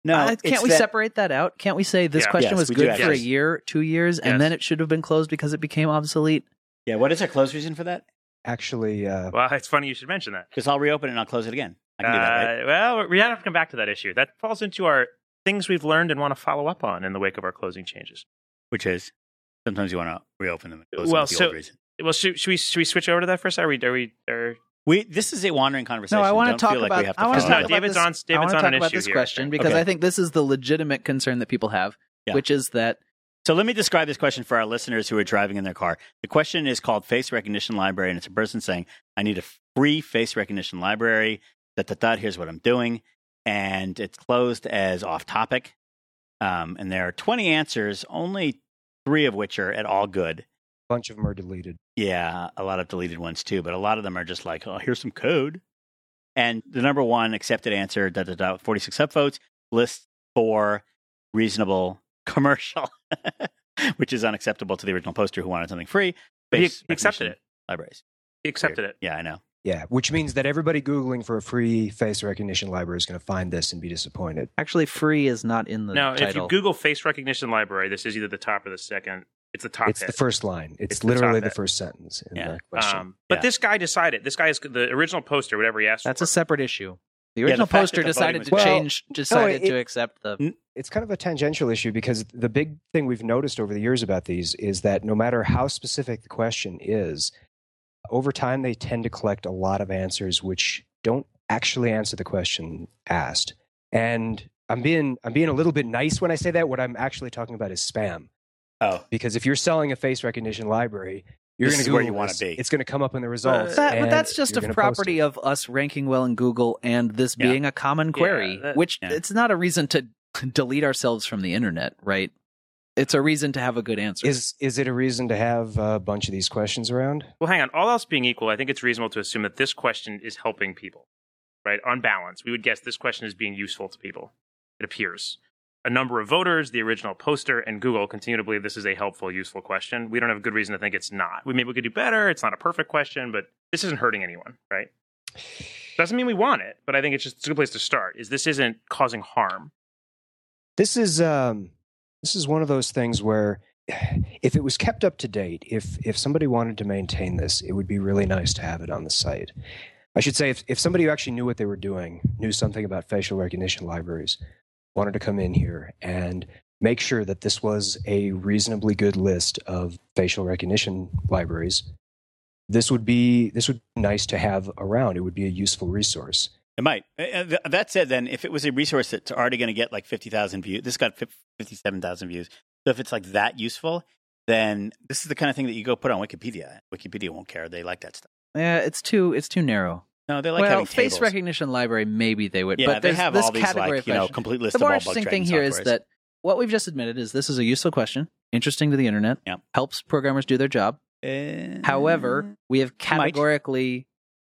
No, I- it's Uh, can't we that- separate that out? Can't we say this Yeah. question Yes, was we do good have for a to. year, two years, Yes. and then it should have been closed because it became obsolete? Yeah, what is our close reason for that? actually, uh, well, it's funny you should mention that. Because I'll reopen it and I'll close it again. I can do that, right? Uh, Well, we have to come back to that issue. That falls into our things we've learned and want to follow up on in the wake of our closing changes. which is sometimes you want to reopen them. and close Well, them with the so- old reason. Well, should, should we should we switch over to that for a second? Are we are we are, we this is a wandering conversation. No, I want wanna to talk feel like about- we have to I wanna follow talk it. no, about David's this- on David's I want to on talk an about issue this here. question because Okay. I think this is the legitimate concern that people have, Yeah. which is that So let me describe this question for our listeners who are driving in their car. The question is called Face Recognition Library, and it's a person saying, I need a free face recognition library. That that that here's what I'm doing. And it's closed as off topic. Um, and there are 20 answers, only three of which are at all good. bunch of them are deleted. Yeah, a lot of deleted ones too, but a lot of them are just like, oh, here's some code. And the number one accepted answer, da da da, 46 upvotes, lists for reasonable [laughs] commercial, which is unacceptable to the original poster who wanted something free. But he, Face he accepted recognition it. Libraries. He accepted it. Yeah, I know. Yeah, which means that everybody Googling for a free face recognition library is going to find this and be disappointed. actually free is not in the Now, title. if you Google face recognition library, this is either the top or the second. It's the top. it's hit. the first line. It's, It's the literally top the hit. first sentence in Yeah. the question. Um, but Yeah. this guy decided. This guy is the original poster, whatever he asked That's for. a separate issue. The the original fact that poster the voting decided was- to Well, change, decided it- to accept the. it's kind of a tangential issue because the big thing we've noticed over the years about these is that no matter how specific the question is, over time they tend to collect a lot of answers which don't actually answer the question asked. And I'm being I'm being a little bit nice when I say that. What I'm actually talking about is spam. Oh, Because if you're selling a face recognition library, you're This going is to where you wanna want to be. It's going to come up in the results. That- but and that's just you're a gonna post it. property of us ranking well in Google and this Yeah. being a common query, that- which yeah. it's not a reason to [laughs] delete ourselves from the internet, right? It's a reason to have a good answer. Is is it a reason to have a bunch of these questions around? Well, hang on. All else being equal, I think it's reasonable to assume that this question is helping people, right? On balance, we would guess this question is being useful to people. It appears. A number of voters, the original poster, and Google continue to believe this is a helpful, useful question. We don't have good reason to think it's not. We maybe we could do better. It's not a perfect question, but this isn't hurting anyone, right? Doesn't mean we want it, but I think it's just it's a good place to start. Is this isn't causing harm? this is um this is one of those things where [sighs] if it was kept up to date if if somebody wanted to maintain this it would be really nice to have it on the site i should say if, if somebody who actually knew what they were doing knew something about facial recognition libraries wanted to come in here and make sure that this was a reasonably good list of facial recognition libraries this would be this would be nice to have around it would be a useful resource it might. Uh, uh, th- That said, then, if it was a resource that's already going to get like 50,000 views, this got fif- 57,000 views. So if it's like that useful, then this is the kind of thing that you go put on Wikipedia. Wikipedia won't care. They like that stuff. yeah, it's too it's too narrow. No, they like well, having face tables. recognition library, maybe they would. Yeah, but they there's have this all these category like of you know questions. complete list the of all more bug interesting tracking thing here is softwares. that what we've just admitted is this is a useful question, interesting to the internet, Yep. helps programmers do their job. Uh, However, we have might. categorically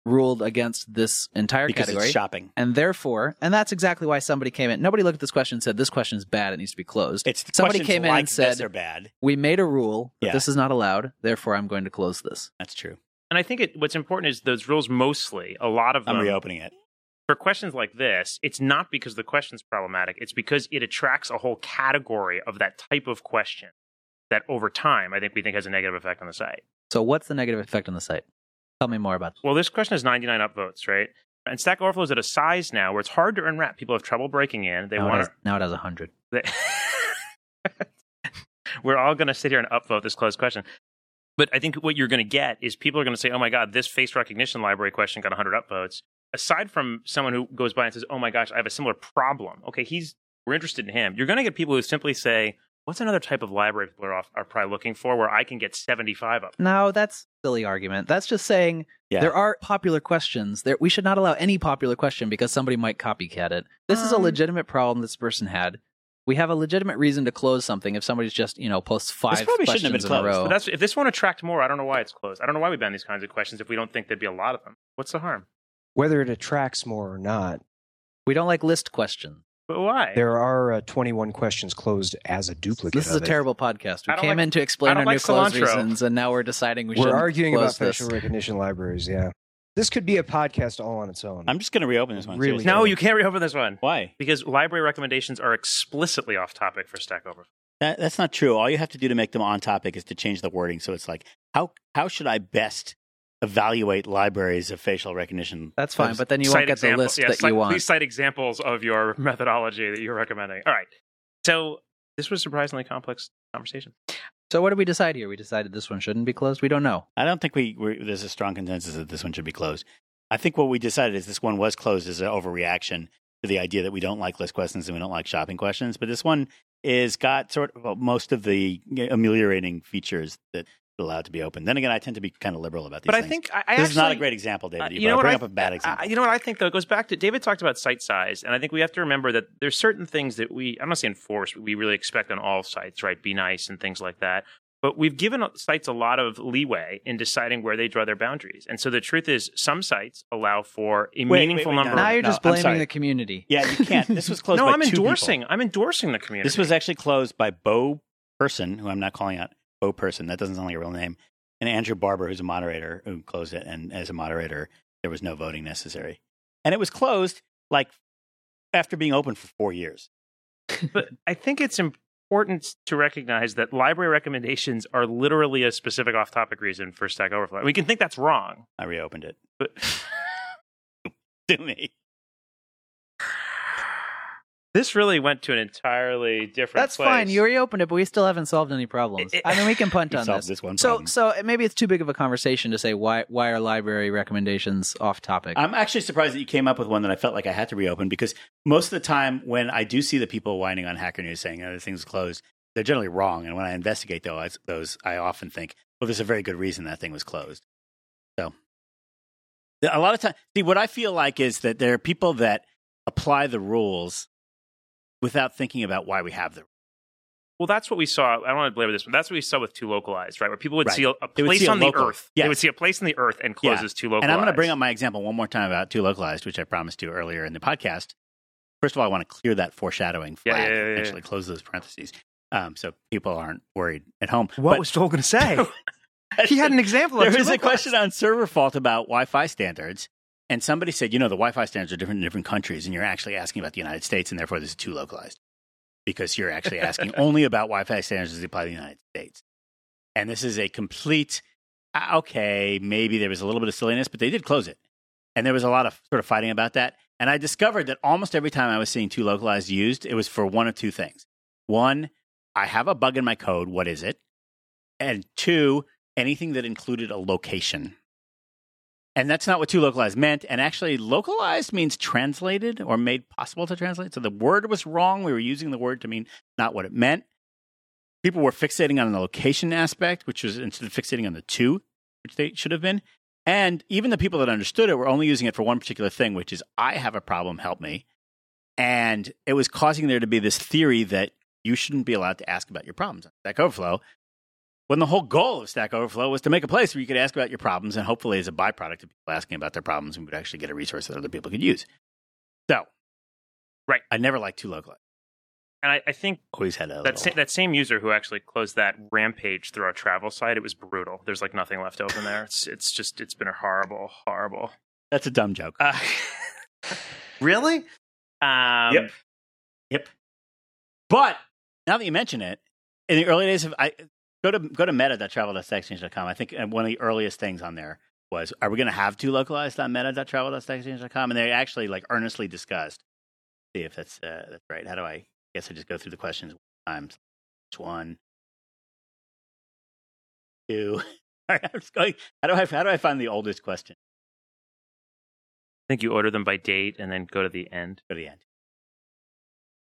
ruled against this entire because category. it's shopping, and therefore, and that's exactly why somebody came in. Nobody looked at this question and said, this question is bad. It needs to be closed. it's the Somebody questions came in like and said- this are bad. we made a rule that Yeah. this is not allowed. Therefore, I'm going to close this. That's true. And I think it, what's important is those rules mostly, a lot of them, I'm reopening it. for questions like this, it's not because the question's problematic. It's because it attracts a whole category of that type of question that over time I think we think has a negative effect on the site. So, what's the negative effect on the site? Tell me more about that. Well, this question has 99 upvotes, right? And Stack Overflow is at a size now where it's hard to earn rep. People have trouble breaking in. They now, it want has, now it has 100. to. [laughs] We're all going to sit here and upvote this closed question. But I think what you're going to get is people are going to say, oh my God, this face recognition library question got 100 upvotes. Aside from someone who goes by and says, oh my gosh, I have a similar problem. Okay, he's we're interested in him. You're going to get people who simply say, what's another type of library people are, off, are probably looking for where I can get 75 up? No, that's a silly argument. That's just saying Yeah. there are popular questions. There, we should not allow any popular question because somebody might copycat it. This is a Um, legitimate problem this person had. We have a legitimate reason to close something if somebody's just you know posts five probably questions shouldn't have been in closed, a row. But that's if this won't attract more, I don't know why it's closed. I don't know why we ban these kinds of questions if we don't think there'd be a lot of them. What's the harm? whether it attracts more or not we don't like list questions. But why? There are uh, 21 questions closed as a duplicate. This is a of it. terrible podcast. We I don't came like- in to I explain don't our new like close cilantro. reasons, and now we're deciding we We're shouldn't arguing about close this. facial recognition libraries. Yeah, this could be a podcast all on its own. I'm just going to reopen this one. Really? seriously. no, you can't reopen this one Why? because library recommendations are explicitly off topic for Stack Overflow. That, that's not true. All you have to do to make them on topic is to change the wording. So it's like, how how should I best evaluate libraries of facial recognition. That's fine, Oops. but then you Cite won't get the examples- list yeah, that cite- you want. Please cite examples of your [laughs] methodology that you're recommending. All right. So this was a surprisingly complex conversation. So what did we decide here? We decided this one shouldn't be closed. We don't know. I don't think we we there's a strong consensus that this one should be closed. I think what we decided is this one was closed as an overreaction to the idea that we don't like list questions and we don't like shopping questions. But this one is got sort of well, most of the ameliorating features that allow it to be open. Then again, I tend to be kind of liberal about these but things. I think I, I this actually, is not a great example, David. Uh, you know bring up a bad example. I, you know what I think though? It goes back to David talked about site size, and I think we have to remember that there's certain things that we I'm not saying force, but we really expect on all sites, right? Be nice and things like that. But we've given sites a lot of leeway in deciding where they draw their boundaries. And so the truth is, some sites allow for a wait, meaningful wait, number. no, Now no, you're just I'm sorry. blaming the community. yeah, you [laughs] can't. [laughs] This was closed. no, by I'm two people. endorsing. I'm endorsing the community. This was actually closed by Bo Person, who I'm not calling out Bo Person. That doesn't sound like a real name. And Andrew Barber, who's a moderator, who closed it. And as a moderator, there was no voting necessary. And it was closed like after being open for four years. but I think it's important to recognize that library recommendations are literally a specific off-topic reason for Stack Overflow. We can think that's wrong, I reopened it. [laughs] but Do me. this really went to an entirely different. That's place. fine. You reopened it, but we still haven't solved any problems. It- it- I mean, we can [laughs] punt We on solved this. this one So, problem. so maybe it's too big of a conversation to say why why are library recommendations off topic. I'm actually surprised that you came up with one that I felt like I had to reopen because most of the time when I do see the people whining on Hacker News saying, oh, this thing's closed, they're generally wrong. And when I investigate those, those, I often think, well, there's a very good reason that thing was closed. So a lot of times, see, what I feel like is that there are people that apply the rules without thinking about why we have the rules. Well, that's what we saw. I don't want to belabor this, but that's what we saw with Two Localized, right? Where people would Right. see a, a They would place see a on the local. earth. Yes. They would see a place on the earth and close Yeah. as Two Localized. And I'm going to bring up my example one more time about Too Localized, which I promised to earlier in the podcast. First of all, I want to clear that foreshadowing Yeah, flag yeah, yeah, and yeah. actually close those parentheses um, so people aren't worried at home. What But [laughs] was Joel going to say? he had an example. there of was a Tulip. question on server fault about Wi-Fi standards, and somebody said, you know, the Wi-Fi standards are different in different countries, and you're actually asking about the United States, and therefore this is too localized because you're [laughs] actually asking only about Wi-Fi standards as they apply to the United States. And this is a complete ah, okay. Maybe there was a little bit of silliness, but they did close it, and there was a lot of sort of fighting about that. And I discovered that almost every time I was seeing too localized used, it was for one of two things. One, I have a bug in my code. What is it? And two, anything that included a location. And that's not what too localized meant. And actually, localized means translated or made possible to translate. So the word was wrong. We were using the word to mean not what it meant. People were fixating on the location aspect, which was instead of fixating on the two, which they should have been. And even the people that understood it were only using it for one particular thing, which is I have a problem, help me. And it was causing there to be this theory that you shouldn't be allowed to ask about your problems on Stack Overflow when the whole goal of Stack Overflow was to make a place where you could ask about your problems, and hopefully, as a byproduct of people asking about their problems, we would actually get a resource that other people could use. So, Right. I never liked too localized. and I, I think Always had a that sa- little- that same user who actually closed that rampage through our travel site. It was brutal. There's like nothing left open there. It's it's just it's been horrible, [laughs] horrible. That's a dumb joke. Uh, Really? um, Yep. But now that you mention it, in the early days of I go to go to meta.travel.stackexchange.com. I think uh, one of the earliest things on there was are we going to have two localized on meta.travel.stackexchange.com? And they actually like earnestly discussed. See if that's uh, that's right. How do I? I guess I just go through the questions one time. Which one? Two. [laughs] All right, I'm just going. How do I? How do I find the oldest question? I think you order them by date and then go to the end. Go to the end.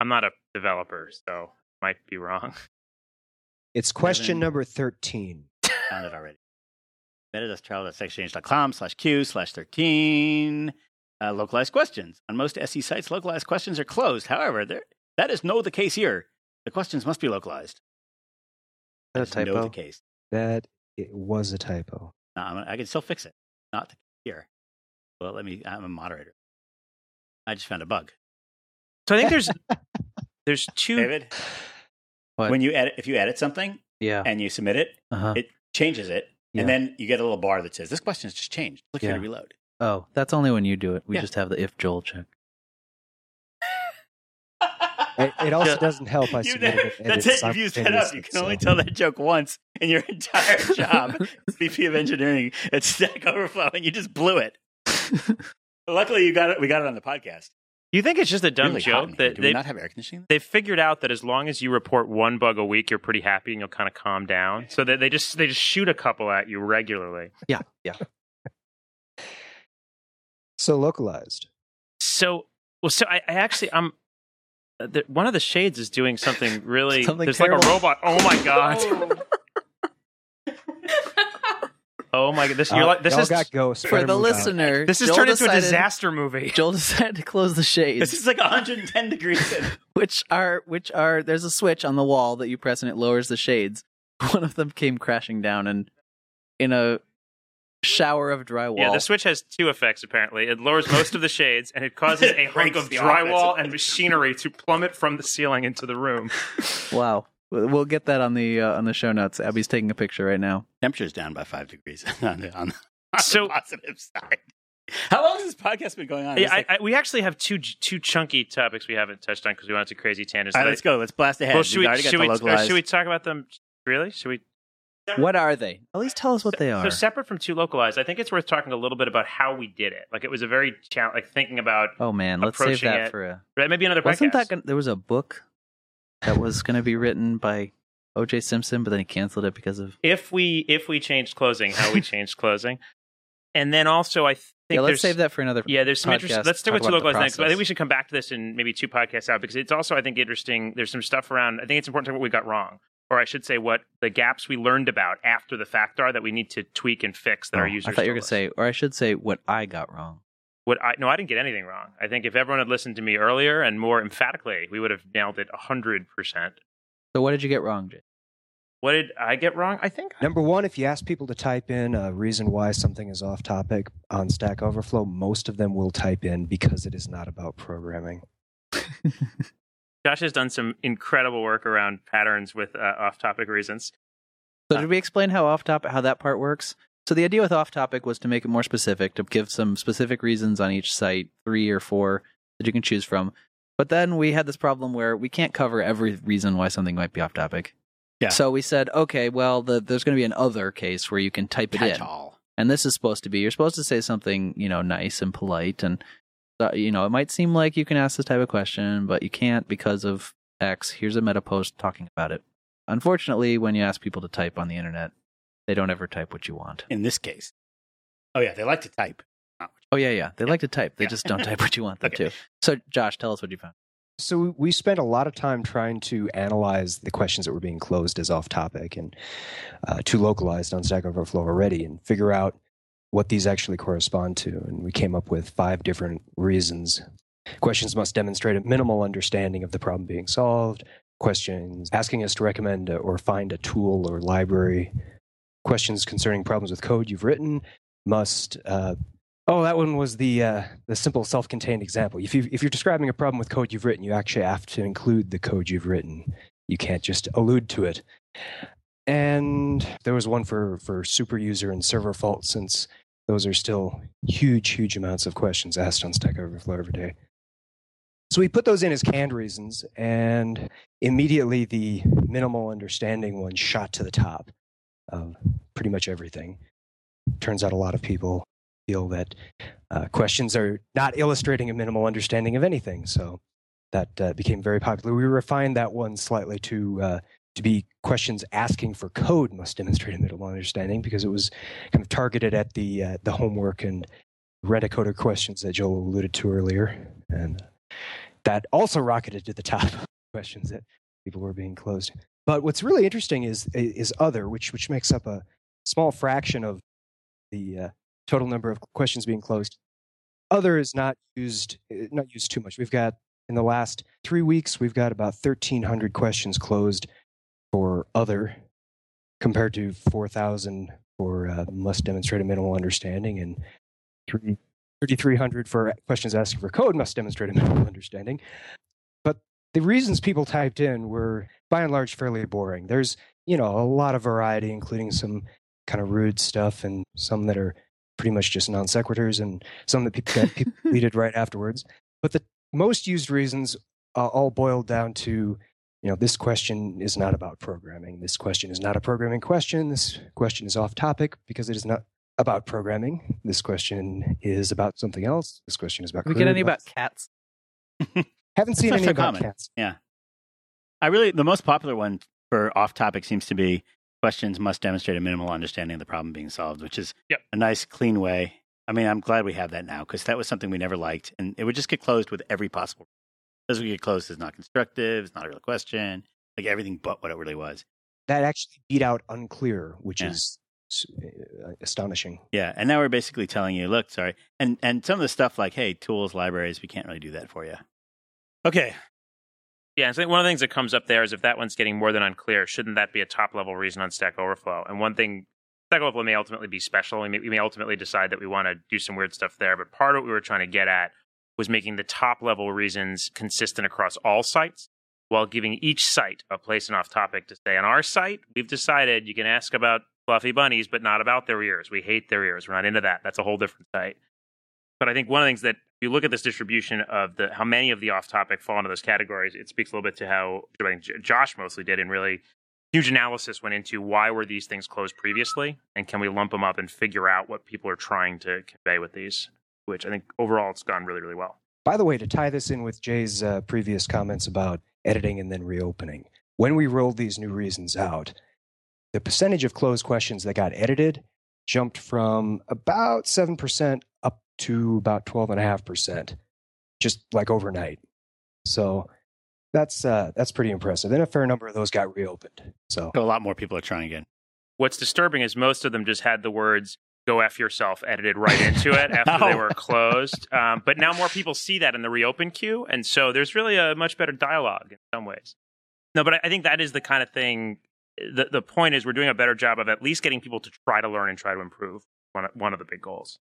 I'm not a developer, so might be wrong. [laughs] It's question Seven. number 13. found it already. Meta.travel.sexchange.com slash Q slash 13. Uh, localized questions. On most SE sites, localized questions are closed. However, there, that is no the case here. The questions must be localized. That Is is that a no the typo? case. That it was a typo. No, I'm, I can still fix it. Not the case here. Well, let me, I'm a moderator. I just found a bug. So I think there's there's two. David, What? when you edit, if you edit something Oh. yeah. and you submit it, Uh-huh. it changes it. Yeah. And then you get a little bar that says, this question has just changed. Click here to Yeah. reload. Oh, that's only when you do it. We Yeah. just have the if Joel check. It, [laughs] it also doesn't help. I You submitted never- it. [laughs] that's edited it. You've used that up. simultaneously, You can only so- tell that joke once in your [laughs] entire [laughs] job. VP of Engineering at Stack Overflow, and you just blew it. Luckily, you got it. We got it on the podcast. You think it's just a dumb Really hot in joke here. that Do we they not have [laughs] air conditioning? they figured out that as long as you report one bug a week, you're pretty happy and you'll kind of calm down. So that they just they just shoot a couple at you regularly. Yeah, yeah. [laughs] So localized. So well, so I, I actually I'm. uh, The, one of the shades is doing [laughs] something really. Something there's like a terrible. robot. Oh my god! Oh my god! This you're Uh, like this y'all is got ghosts. For Better the move on. listener, this is Joel turned into a decided- disaster movie. Joel decided to close the This shades, is like 110 degrees. In. which are which are there's a switch on the wall that you press and it lowers the shades. [laughs] One of them came crashing down and in a shower of drywall. [laughs] Yeah, the switch has two effects. Apparently, it lowers most of the shades, and it [laughs] causes a hunk Breaks of the drywall offense. and machinery to plummet from the ceiling into the room. Wow. We'll we'll get that on the uh, on the show notes. Abby's taking a picture right now. Temperature's down by five degrees [laughs] on the, on the, on So- the positive side. How long has this podcast been going on? Yeah, It's like- I, I, we actually have two two chunky topics we haven't touched on because we went to crazy tangents. all that right, I- let's go. Let's blast ahead. Well, should we, We've already got should, the we, or localized. should we talk about them? Really? Should we? What are they? At least tell us what they are. So separate from two localized, I think it's worth talking a little bit about how we did it. Like it was a very challenge, like thinking about oh man, let's save approaching that it. for a. right, maybe another Wasn't podcast. that gonna, there was a book that was going to be written by O.J. Simpson, but then he canceled it because of. if we if we changed closing, how [laughs] we changed closing, and then also I think Yeah, let's there's- save that for another. Yeah, there's some podcast, interest. Let's do talk with two about the localized next. but I process. think we should come back to this in maybe two podcasts out because it's also I think interesting. There's some stuff around. I think it's important to what we got wrong, or I should say what the gaps we learned about after the fact are that we need to tweak and fix that Oh, our users. I thought you were told going to us. say, or I should say, what I got wrong. What I no, I didn't get anything wrong. I think if everyone had listened to me earlier and more emphatically, we would have nailed it hundred percent. So what did you get wrong, Jay? What did I get wrong? I think Number one, if you ask people to type in a reason why something is off topic on Stack Overflow, most of them will type in because it is not about programming. Josh has done some incredible work around patterns with uh, off-topic reasons. So did we explain how off topic how that part works? So the idea with off topic was to make it more specific, to give some specific reasons on each site, three or four that you can choose from. But then we had this problem where we can't cover every reason why something might be off topic. Yeah. So we said, okay, well, the, there's going to be an other case where you can type it in, Catch-all. and this is supposed to be you're supposed to say something you know nice and polite, and uh, you know it might seem like you can ask this type of question, but you can't because of X. Here's a meta post talking about it. Unfortunately, when you ask people to type on the internet, they don't ever type what you want. in this case. Oh yeah, they like to type. Oh yeah, yeah. They like to type. They just don't type what you want them Okay. to. So Josh, tell us what you found. So we- we spent a lot of time trying to analyze the questions that were being closed as off topic and uh, too localized on Stack Overflow already and figure out what these actually correspond to. And we came up with five different reasons. Questions must demonstrate a minimal understanding of the problem being solved. Questions asking us to recommend a- or find a tool or library. Questions concerning problems with code you've written must uh, Oh, that one was the uh, the simple self-contained example. If you if you're describing a problem with code you've written, you actually have to include the code you've written. You can't just allude to it. And there was one for for super user and server fault, since those are still huge huge amounts of questions asked on Stack Overflow every day. So we put those in as canned reasons, and immediately the minimal understanding one shot to the top of pretty much everything. Turns out a lot of people feel that uh, questions are not illustrating a minimal understanding of anything. So that uh, became very popular. We refined that one slightly to uh, to be questions asking for code must demonstrate a minimal understanding because it was kind of targeted at the uh, the homework and rent a coder questions that Joel alluded to earlier, and that also rocketed to the top [laughs] of questions that people were being closed. But what's really interesting is is other, which which makes up a small fraction of the uh, total number of questions being closed. Other is not used eh, not used too much. We've got in the last three weeks we've got about thirteen hundred questions closed for other, compared to four thousand for uh, must demonstrate a minimal understanding and three. 3,300 for questions asking for code must demonstrate a minimal understanding. But the reasons people typed in were by and large fairly boring. There's, you know, a lot of variety, including some kind of rude stuff and some that are pretty much just non [laughs] sequiturs and some that people, that people deleted right afterwards. But the most used reasons uh, all boiled down to you know this question is not about programming this question is not a programming question this question is off topic because it is not about programming this question is about something else this question is about we career get any about advice. cats? haven't seen not any so about common. cats I really the most popular one for off topic seems to be questions must demonstrate a minimal understanding of the problem being solved, which is Yep. a nice clean way. I mean, I'm glad we have that now because that was something we never liked, and it would just get closed with every possible. Doesn't get closed is not constructive. It's not a real question. Like everything but what it really was. that actually beat out unclear which Yeah. is s- uh, astonishing Yeah, and now we're basically telling you, look, sorry, and and some of the stuff like, hey, tools, libraries, we can't really do that for you. Okay, Yeah, I think one of the things that comes up there is if that one's getting more than unclear, shouldn't that be a top level reason on Stack Overflow? And one thing, Stack Overflow may ultimately be special. We may, we may ultimately decide that we want to do some weird stuff there. But part of what we were trying to get at was making the top level reasons consistent across all sites while giving each site a place and off topic to say, on our site, we've decided you can ask about fluffy bunnies, but not about their ears. We hate their ears. We're not into that. That's a whole different site. But I think one of the things that if you look at this distribution of the how many of the off topic fall into those categories, it speaks a little bit to how I think J- Josh mostly did and really huge analysis went into why were these things closed previously and can we lump them up and figure out what people are trying to convey with these, which I think overall it's gone really, really well. By the way, to tie this in with Jay's uh, previous comments about editing and then reopening, when we rolled these new reasons out, the percentage of closed questions that got edited jumped from about 7% up to about 12.5%, just like overnight. So that's, uh, that's pretty impressive. And a fair number of those got reopened. So so a lot more people are trying again. What's disturbing is most of them just had the words "go f yourself" edited right into it after they Oh. were closed. Um, but now more people see that in the reopen queue, and so there's really a much better dialogue in some ways. No, but I- I think that is the kind of thing. The the point is we're doing a better job of at least getting people to try to learn and try to improve. One of, one of the big goals.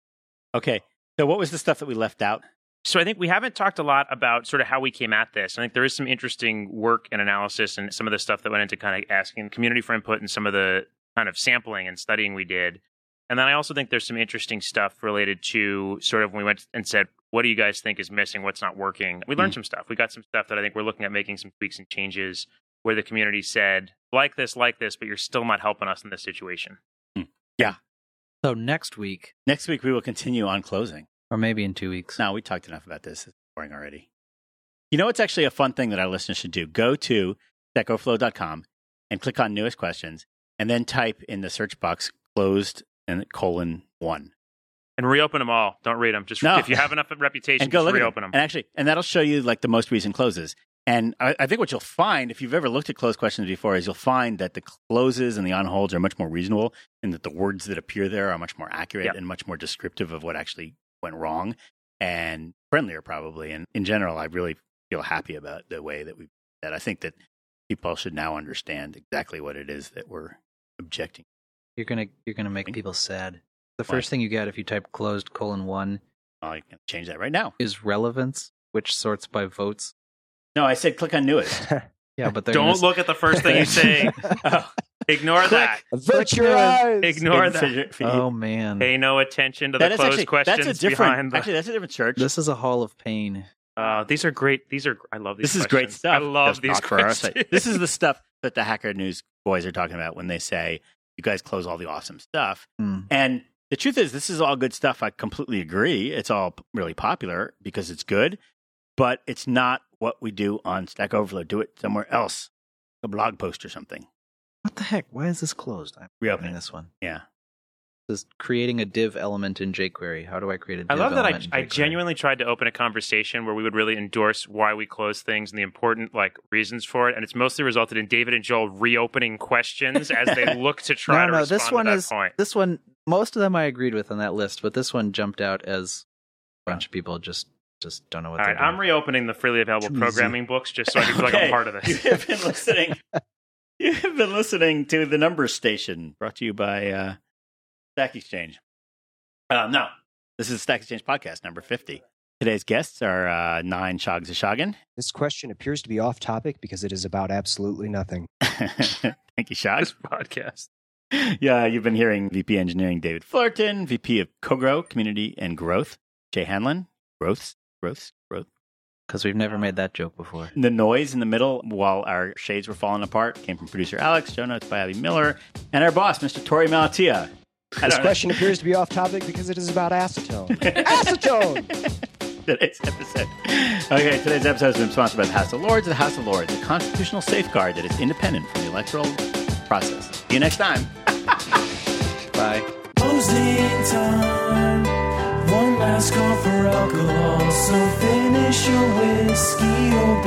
Okay, so what was the stuff that we left out? So I think we haven't talked a lot about sort of how we came at this. I think there is some interesting work and analysis and some of the stuff that went into kind of asking community for input and some of the kind of sampling and studying we did. And then I also think there's some interesting stuff related to sort of when we went and said, what do you guys think is missing? What's not working? We Mm. learned some stuff. We got some stuff that I think we're looking at making some tweaks and changes where the community said, like this, like this, but you're still not helping us in this situation. So next week, Next week we will continue on closing. or maybe in two weeks. No, we talked enough about this. It's boring already. You know, it's actually a fun thing that our listeners should do. Go to techoflow.com and click on newest questions and then type in the search box closed and colon one. And reopen them all. Don't read them. Just No. if you have enough reputation, And go just look at reopen them. And actually, and that'll show you like the most recent closes. And I, I think what you'll find, if you've ever looked at closed questions before, is you'll find that the closes and the on holds are much more reasonable and that the words that appear there are much more accurate Yep. and much more descriptive of what actually went wrong and friendlier, probably. And in general, I really feel happy about the way that we that I think that people should now understand exactly what it is that we're objecting. You're gonna you're gonna make people sad. The first thing you get if you type closed colon one I can change that right now. is relevance, which sorts by votes. No, I said click on newest. [laughs] [laughs] Yeah, but they're gonna Don't s- look at the first [laughs] thing you say. oh, Ignore Click. that. avert your eyes. Ignore that. Fidget- fidget- Oh man, Pay no attention to That the is closed actually questions that's a different behind the. actually that's a different church. this is a hall of pain. Uh, these are great. These are I love these. this is great questions. stuff. I love That's these not for our questions. site. [laughs] This is the stuff that the Hacker News boys are talking about when they say you guys close all the awesome stuff. Hmm. And the truth is, this is all good stuff. I completely agree. It's all p- really popular because it's good, but it's not what we do on Stack Overflow. Do it somewhere else, a blog post or something. What the heck? Why is this closed? I'm Reopen opening it. this one. Yeah. This is creating a div element in jQuery. How do I create a div I love that I, element I in jQuery? genuinely tried to open a conversation where we would really endorse why we close things and the important like reasons for it, and it's mostly resulted in David and Joel reopening questions as they look to try No, to no, respond this to one that is- point. This one, most of them I agreed with on that list, but this one jumped out as a bunch of people just just don't know what All they're right, I'm doing. reopening the freely available Too easy. programming books just so I can feel like Okay. I'm part of this. [laughs] You have been listening. you have been listening to the Numbers Station, brought to you by uh, Stack Exchange. Uh, no, this is Stack Exchange podcast number fifty. Today's guests are uh, nine Shogs of Shoggin. [laughs] This question appears to be off topic because it is about absolutely nothing. Thank you, Shog. This podcast. yeah, you've been hearing VP Engineering David Fullerton, VP of CoGrow Community and Growth Jay Hanlon, Growths, Growths, Growth, because we've never made that joke [laughs] before. The noise in the middle while our shades were falling apart came from producer Alex, show notes by Abby Miller, and our boss, Mr. Tori Malatia. I This don't know question appears to be off topic because it is about acetone. acetone! [laughs] today's episode. Okay, today's episode has been sponsored by the House of Lords. The House of Lords, a constitutional safeguard that is independent from the electoral process. See you next time. Bye. Closing time. One last call for alcohol. So finish your whiskey or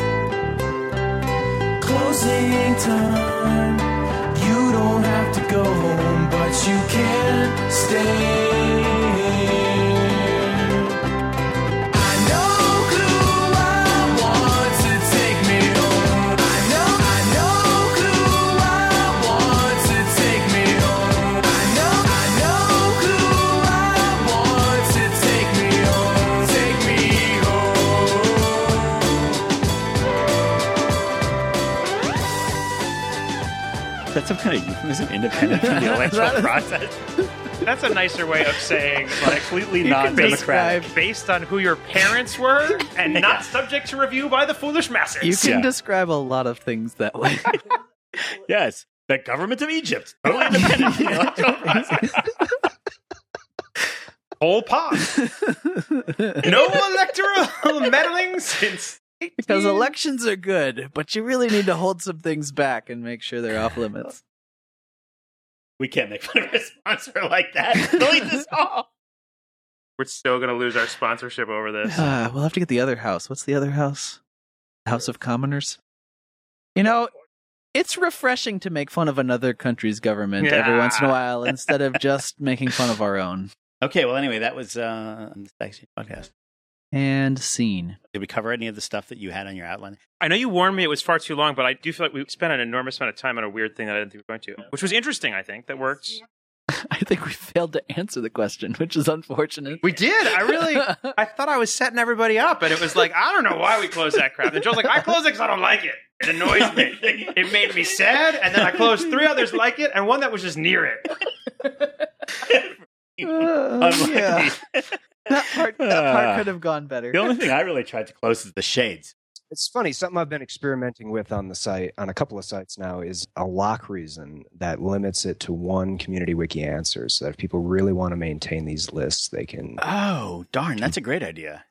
beer. Closing time. You don't have to go home, but you can't stay. I know who I want to take me home. I know, I know who I want to take me home. I know, I know who I want to take me home. Take me home. That's some kind of euphemism, [laughs] independent from the electoral process. That's a nicer way of saying like Completely you can be non-democratic. described based on who your parents were [laughs] and not subject to review by the foolish masses. [laughs] You can Yeah. describe a lot of things that way. Yes, the government of Egypt, totally [laughs] independent from the electoral process. Pol [laughs] Pot. No electoral meddling since [laughs] because elections are good, but you really need to hold some things back and make sure they're off limits. We can't make fun of a [laughs] sponsor like that. [laughs] Delete this all. we're still gonna lose our sponsorship over [sighs] this. Uh, [sighs] we'll have to get the other house. What's the other house? House of Commoners. You know, it's refreshing to make fun of another country's government every Yeah. once in a while instead of [laughs] just making fun of our own. Okay, well, anyway, that was uh, the Stacks podcast. And scene. [laughs] Did we cover any of the stuff that you had on [laughs] your outline? I know you warned me it was far too long, but I do feel like we spent an enormous amount of time on a weird thing that I didn't think we were going to, which was interesting. I think that worked. I think we failed to answer the question, which is unfortunate. Uh, We did. [laughs] I really, [laughs] I thought I was setting everybody up, and it was like I don't know why we closed that crap. And Joel's like, I closed it because I don't like it. It annoys me. It made me sad, and then I closed three others like it, and one that was just near it. Uh, Unlike yeah. the- That part, that part Ah. Uh, could have gone better. [laughs] The only thing I really tried to close is the shades. It's funny. Something I've been experimenting with on the site, on a couple of sites now, is a lock reason that limits it to one community wiki answer. So that if people really want to maintain these lists, they can. Oh, darn, that's a great idea.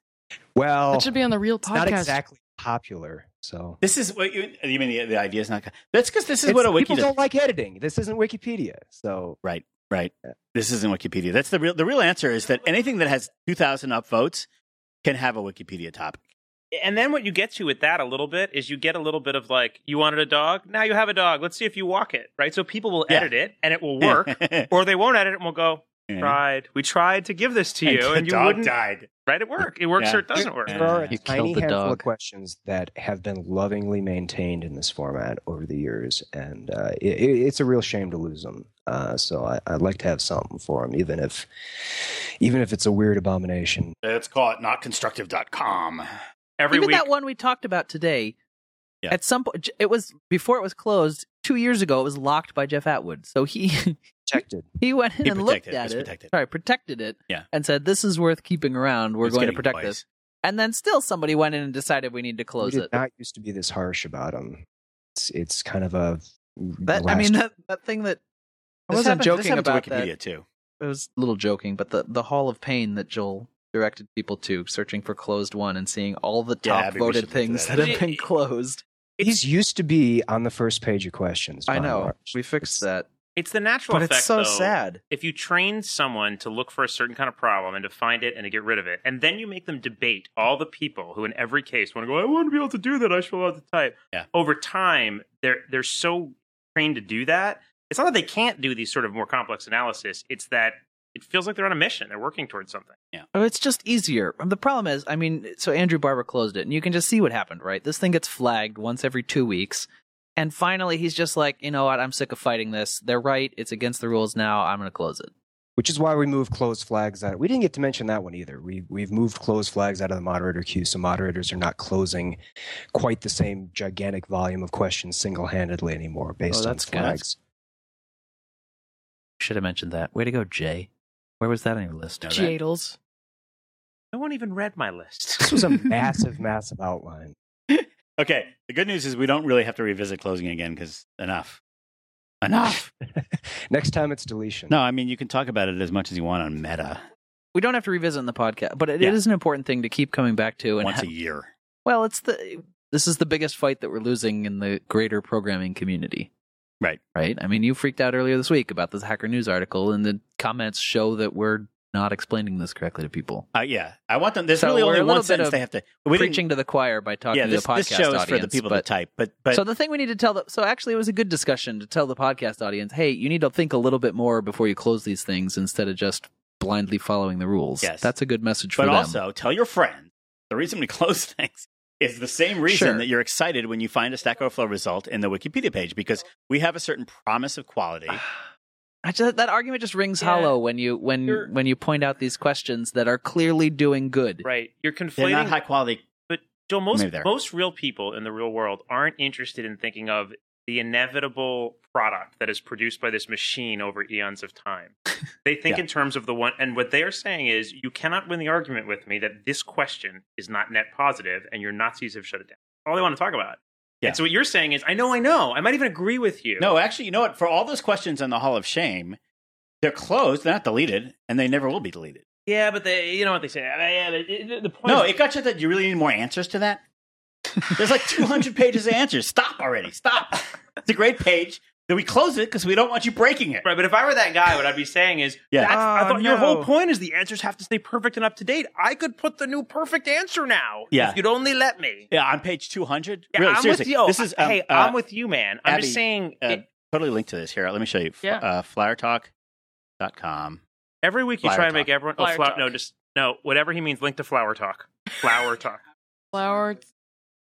Well, That should be on the real it's not podcast. exactly popular. So This is what you, you mean. The, the idea is not. That's because this is It's- what a wiki people does. don't like editing. This isn't Wikipedia. So Right. This isn't Wikipedia. That's the real. The real answer is that anything that has two thousand upvotes can have a Wikipedia topic. And then what you get to with that a little bit is you get a little bit of like, you wanted a dog, now you have a dog. Let's see if you walk it, right? So people will Yeah. edit it, and it will [laughs] work, or they won't edit it, and we'll go. Tried. We tried to give this to And you, the and you dog wouldn't. died. Right? It worked. It works Yeah. or it doesn't work. Yeah. there are a You tiny killed the handful of dog. questions that have been lovingly maintained in this format over the years, and uh, it, it- it's a real shame to lose them. Uh, so I, I'd like to have something for them, even if, even if it's a weird abomination. Let's call it notconstructive.com. Every Even week, that one we talked about today. Yeah. At some point, it was before it was closed two years ago. It was locked by Jeff Atwood, so he [laughs] Protected. he went in He and protected looked it. It at was it. protected. Sorry, protected it. Yeah. and said this is worth keeping around. We're It's going to getting protect noise. this. And then still somebody went in and decided we need to We close did it. not used to be this harsh about them. It's, it's kind of a. mm, That I last- mean [laughs] that, that thing that I This wasn't happened- this joking happened to about Wikipedia that. too. It was a little joking, but the the Hall of Pain that Joel directed people to, searching for closed one and seeing all the Yeah, top Abby, we should voted look into things that. that have been closed. these used to be on the first page of questions. by I and know large. we fixed that, it's the natural but effect. it's so though. sad. If you train someone to look for a certain kind of problem and to find it and to get rid of it, and then you make them debate all the people who, in every case, want to go, I want to be able to do that. I should be able to type. Yeah. Over time, they're they're so trained to do that. It's not that they can't do these sort of more complex analysis. It's that it feels like they're on a mission. They're working towards something. Oh, it's just easier. Um, The problem is, I mean, so Andrew Barber closed it, and you can just see what happened, right? This thing gets flagged once every two weeks, and finally he's just like, you know what? I'm sick of fighting this. They're right. It's against the rules now. I'm going to close it. which is why we moved closed flags out. We didn't get to mention that one either. We we've moved closed flags out of the moderator queue, so moderators are not closing quite the same gigantic volume of questions single handedly anymore based Oh, on that's good. flags. Should have mentioned that. Way to go, Jay. Where was that on your list? No, that- Jadles. No one even read my list. [laughs] This was a massive, massive outline. [laughs] Okay. The good news is we don't really have to revisit closing again because enough. [laughs] Enough. Next time it's deletion. No, I mean, you can talk about it as much as you want on meta We don't have to revisit in the podcast, but it, Yeah. it is an important thing to keep coming back to. And once ha- a year. well, it's the this is the biggest fight that we're losing in the greater programming community. Right. Right. I mean, you freaked out earlier this week about this Hacker News article, and the comments show that we're not explaining this correctly to people. Uh, yeah. I want them. There's So really we're only a little one bit sentence of they have to. We didn't- Preaching to the choir by talking yeah, to this, the podcast this show is for the audience, people but- to type. But, but so the thing we need to tell the so actually it was a good discussion to tell the podcast audience, hey, you need to think a little bit more before you close these things instead of just blindly following the rules. Yes. that's a good message for but them. also tell your friends the reason we [laughs] close things is the same reason Sure. that you're excited when you find a Stack Overflow result in the Wikipedia page because we have a certain promise of quality. Ah, I just, that argument just rings Yeah. hollow when you when You're- when you point out these questions that are clearly doing good. Right. You're They're not conflating high quality. But Joel, most Maybe there. most real people in the real world aren't interested in thinking of the inevitable product that is produced by this machine over eons of [laughs] time. They think Yeah. in terms of the one, and what they are saying is, you cannot win the argument with me that this question is not net positive, and your Nazis have shut it down. All they want to talk about. Yeah. And so what you're saying is, I know, I know, I might even agree with you. No, actually, you know what? For all those questions on the Hall of Shame, they're closed, they're not deleted, and they never will be deleted. yeah, but they, you know what they say. "Ah, yeah, but it- it- the point. No, is- it got you that you really need more answers to that. There's like 200 pages of answers. Stop already. Stop. It's a great page. Then we close it because we don't want you breaking it. [laughs] Right, but if I were that guy, what I'd be saying is, Yeah. that's, I Oh, thought your no. whole point is the answers have to stay perfect and up to date. I could put the new perfect answer now Yeah. if you'd only let me. Yeah, on page 200. Yeah, really, I'm seriously. with you. This is, um, hey, uh, I'm with you, man. I'm Abby, just saying, uh, it- totally linked to this here. Let me show you. F- Yeah. Uh, FlowerTalk.com. every week you Flower try and Talk. make everyone. Oh, Flower flower, Talk. no, just no. Whatever he means, link to flower talk. Flower talk. Flower.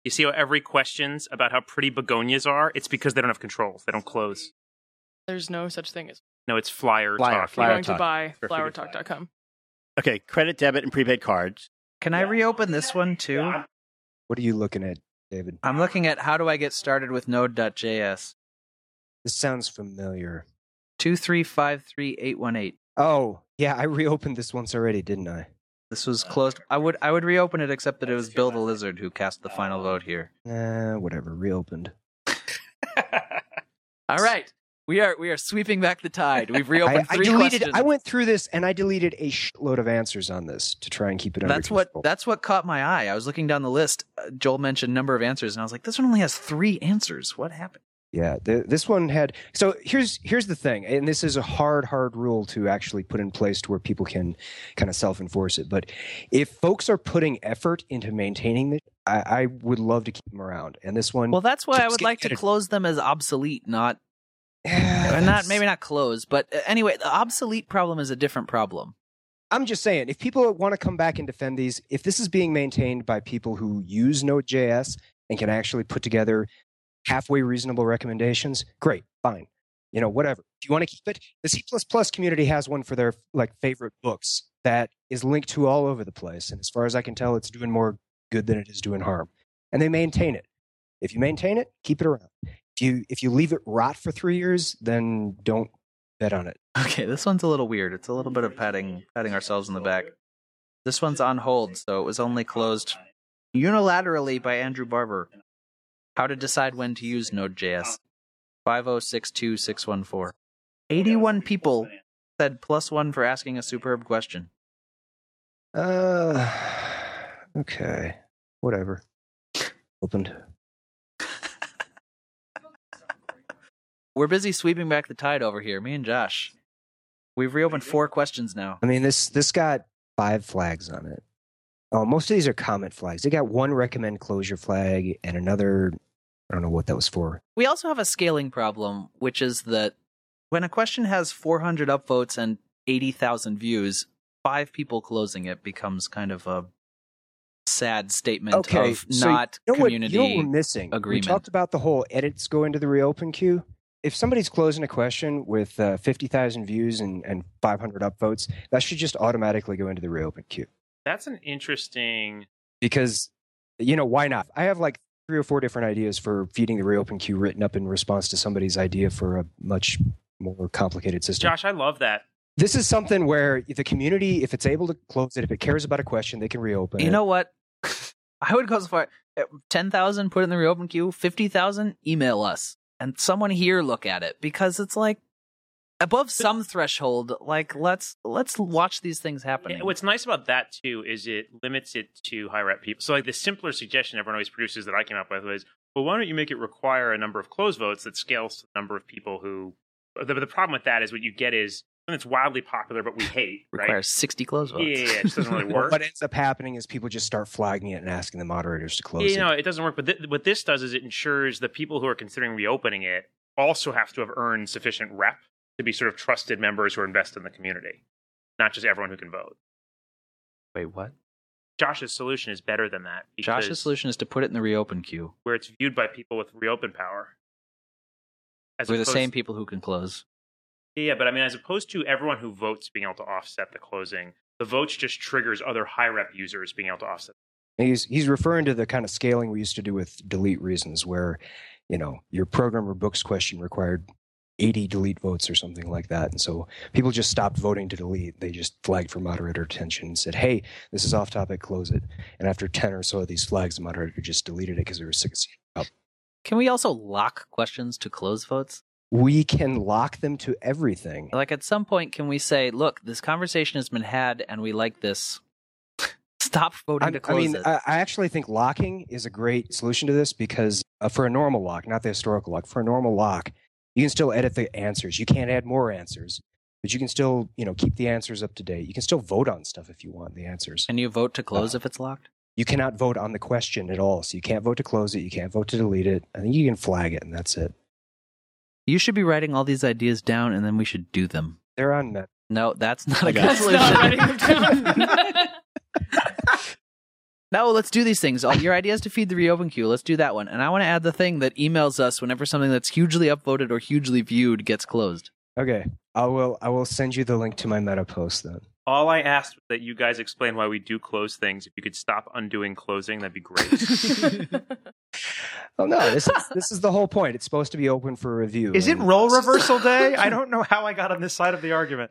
You see how every questions about how pretty begonias are? It's because they don't have controls. They don't close. There's no such thing as No, it's flyer, Flyer, talk. you're Flower going to Talk. buy Sure, forget flowers. flowertalk.com. Okay, credit, debit, and prepaid cards. Can I reopen this one too? What are you looking at, David? I'm looking at how do I get started with Node.js This sounds familiar. two three five three eight one eight. Oh, yeah, I reopened this once already, didn't I? This was closed. I would I would reopen it except that it was Bill the Lizard who cast the final vote here. Nah, whatever. Reopened. All right. We are we are sweeping back the tide. [laughs] We've reopened I, I three deleted. questions. I went through this and I deleted a shitload of answers on this to try and keep it. Under that's what control. that's what caught my eye. I was looking down the list. Uh, Joel mentioned number of answers, and I was like, "This one only has three answers. What happened?" Yeah, th this one had. So here's here's the thing, and this is a hard hard rule to actually put in place to where people can kind of self enforce it. But if folks are putting effort into maintaining this, I, I would love to keep them around. And this one, [sighs] Well, that's why I would Just like to get- close them as obsolete, not or not maybe not close, but uh, anyway, the obsolete problem is a different problem. [laughs] I'm just saying, if people want to come back and defend these, if this is being maintained by people who use Node.js and can actually put together halfway reasonable recommendations, great, fine. You know, whatever. If you want to keep it, the C community has one for their like favorite books that is linked to all over the place. And as far as I can tell, it's doing more good than it is doing harm. And they maintain it. If you maintain it, keep it around. If you if you leave it rot for three years, then don't bet on it. Okay, this one's a little weird. It's a little bit of patting patting ourselves in the back. This one's on hold, so it was only closed unilaterally by Andrew Barber. How to decide when to use Node.js. 5062614. 81 people said plus 1 for asking a superb question. Uh, okay. Whatever. Opened. We're busy sweeping back the tide over here, me and Josh. We've reopened four questions now. I mean, this this got five flags on it. Oh, most of these are comment flags. They got one recommend closure flag and another. I don't know what that was for. We also have a scaling problem, which is that when a question has 400 upvotes and 80,000 views, five people closing it becomes kind of a sad statement Okay, of so not You know what? community. You know what we're missing? agreement. We talked about the whole edits go into the reopen queue. If somebody's closing a question with uh, 50,000 views and, and 500 upvotes, that should just automatically go into the reopen queue. That's an interesting. because you know why not i have like three or four different ideas for feeding the reopen queue written up in response to somebody's idea for a much more complicated system Josh, I love that. this is something where the community, if it's able to close it, if it cares about a question, they can reopen. You it. know what? [laughs] I would go so far. Uh, Ten thousand, put it in the reopen queue. Fifty thousand, email us, and someone here look at it because it's like above some threshold. Like let's let's watch these things happening. Yeah, what's nice about that too is it limits it to high rep people. So like the simpler suggestion everyone always produces that I came up with was, well, why don't you make it require a number of close votes that scales to the number of people who. The, the problem with that is what you get is something that's wildly popular but we hate, right? Requires sixty close votes. Yeah, yeah, yeah, it just [laughs] doesn't really work. What ends up happening is people just start flagging it and asking the moderators to close you it. know, it doesn't work. But th- what this does is it ensures the people who are considering reopening it also have to have earned sufficient rep to be sort of trusted members who are invested in the community, not just everyone who can vote. Wait, what? Josh's solution is better than that. because Josh's solution is to put it in the reopen queue where it's viewed by people with reopen power. As We're the opposed- same people who can close. Yeah, but I mean, as opposed to everyone who votes being able to offset the closing, the votes just triggers other high rep users being able to offset. He's he's referring to the kind of scaling we used to do with delete reasons, where you know your program or books question required eighty delete votes or something like that, and so people just stopped voting to delete. They just flagged for moderator attention and said, "Hey, this is off topic. Close it." And after ten or so of these flags, the moderator just deleted it because they were sick of seeing it up. Can we also lock questions to close votes? We can lock them to everything. Like at some point, can we say, "Look, this conversation has been had, and we like this. [laughs] Stop voting I'm- to close I mean, it." I, I actually think locking is a great solution to this because uh, for a normal lock, not the historical lock, for a normal lock, you can still edit the answers. You can't add more answers, but you can still, you know, keep the answers up to date. You can still vote on stuff if you want the answers. Can you vote to Uh-huh. close if it's locked? You cannot vote on the question at all, so you can't vote to close it. You can't vote to delete it. I think you can flag it, and that's it. You should be writing all these ideas down, and then we should do them. They're on that. No, that's not a Okay. good That's That's solution. not writing them down. [laughs] No, let's do these things. All your ideas to feed the reopen queue. Let's do that one. And I want to add the thing that emails us whenever something that's hugely upvoted or hugely viewed gets closed. Okay, I will. I will send you the link to my meta post then. All I asked was that you guys explain why we do close things. If you could stop undoing closing, that'd be great. Oh no, this is this is the whole point. It's supposed to be open for review. Is it and- role reversal day? I don't know how I got on this side of the argument.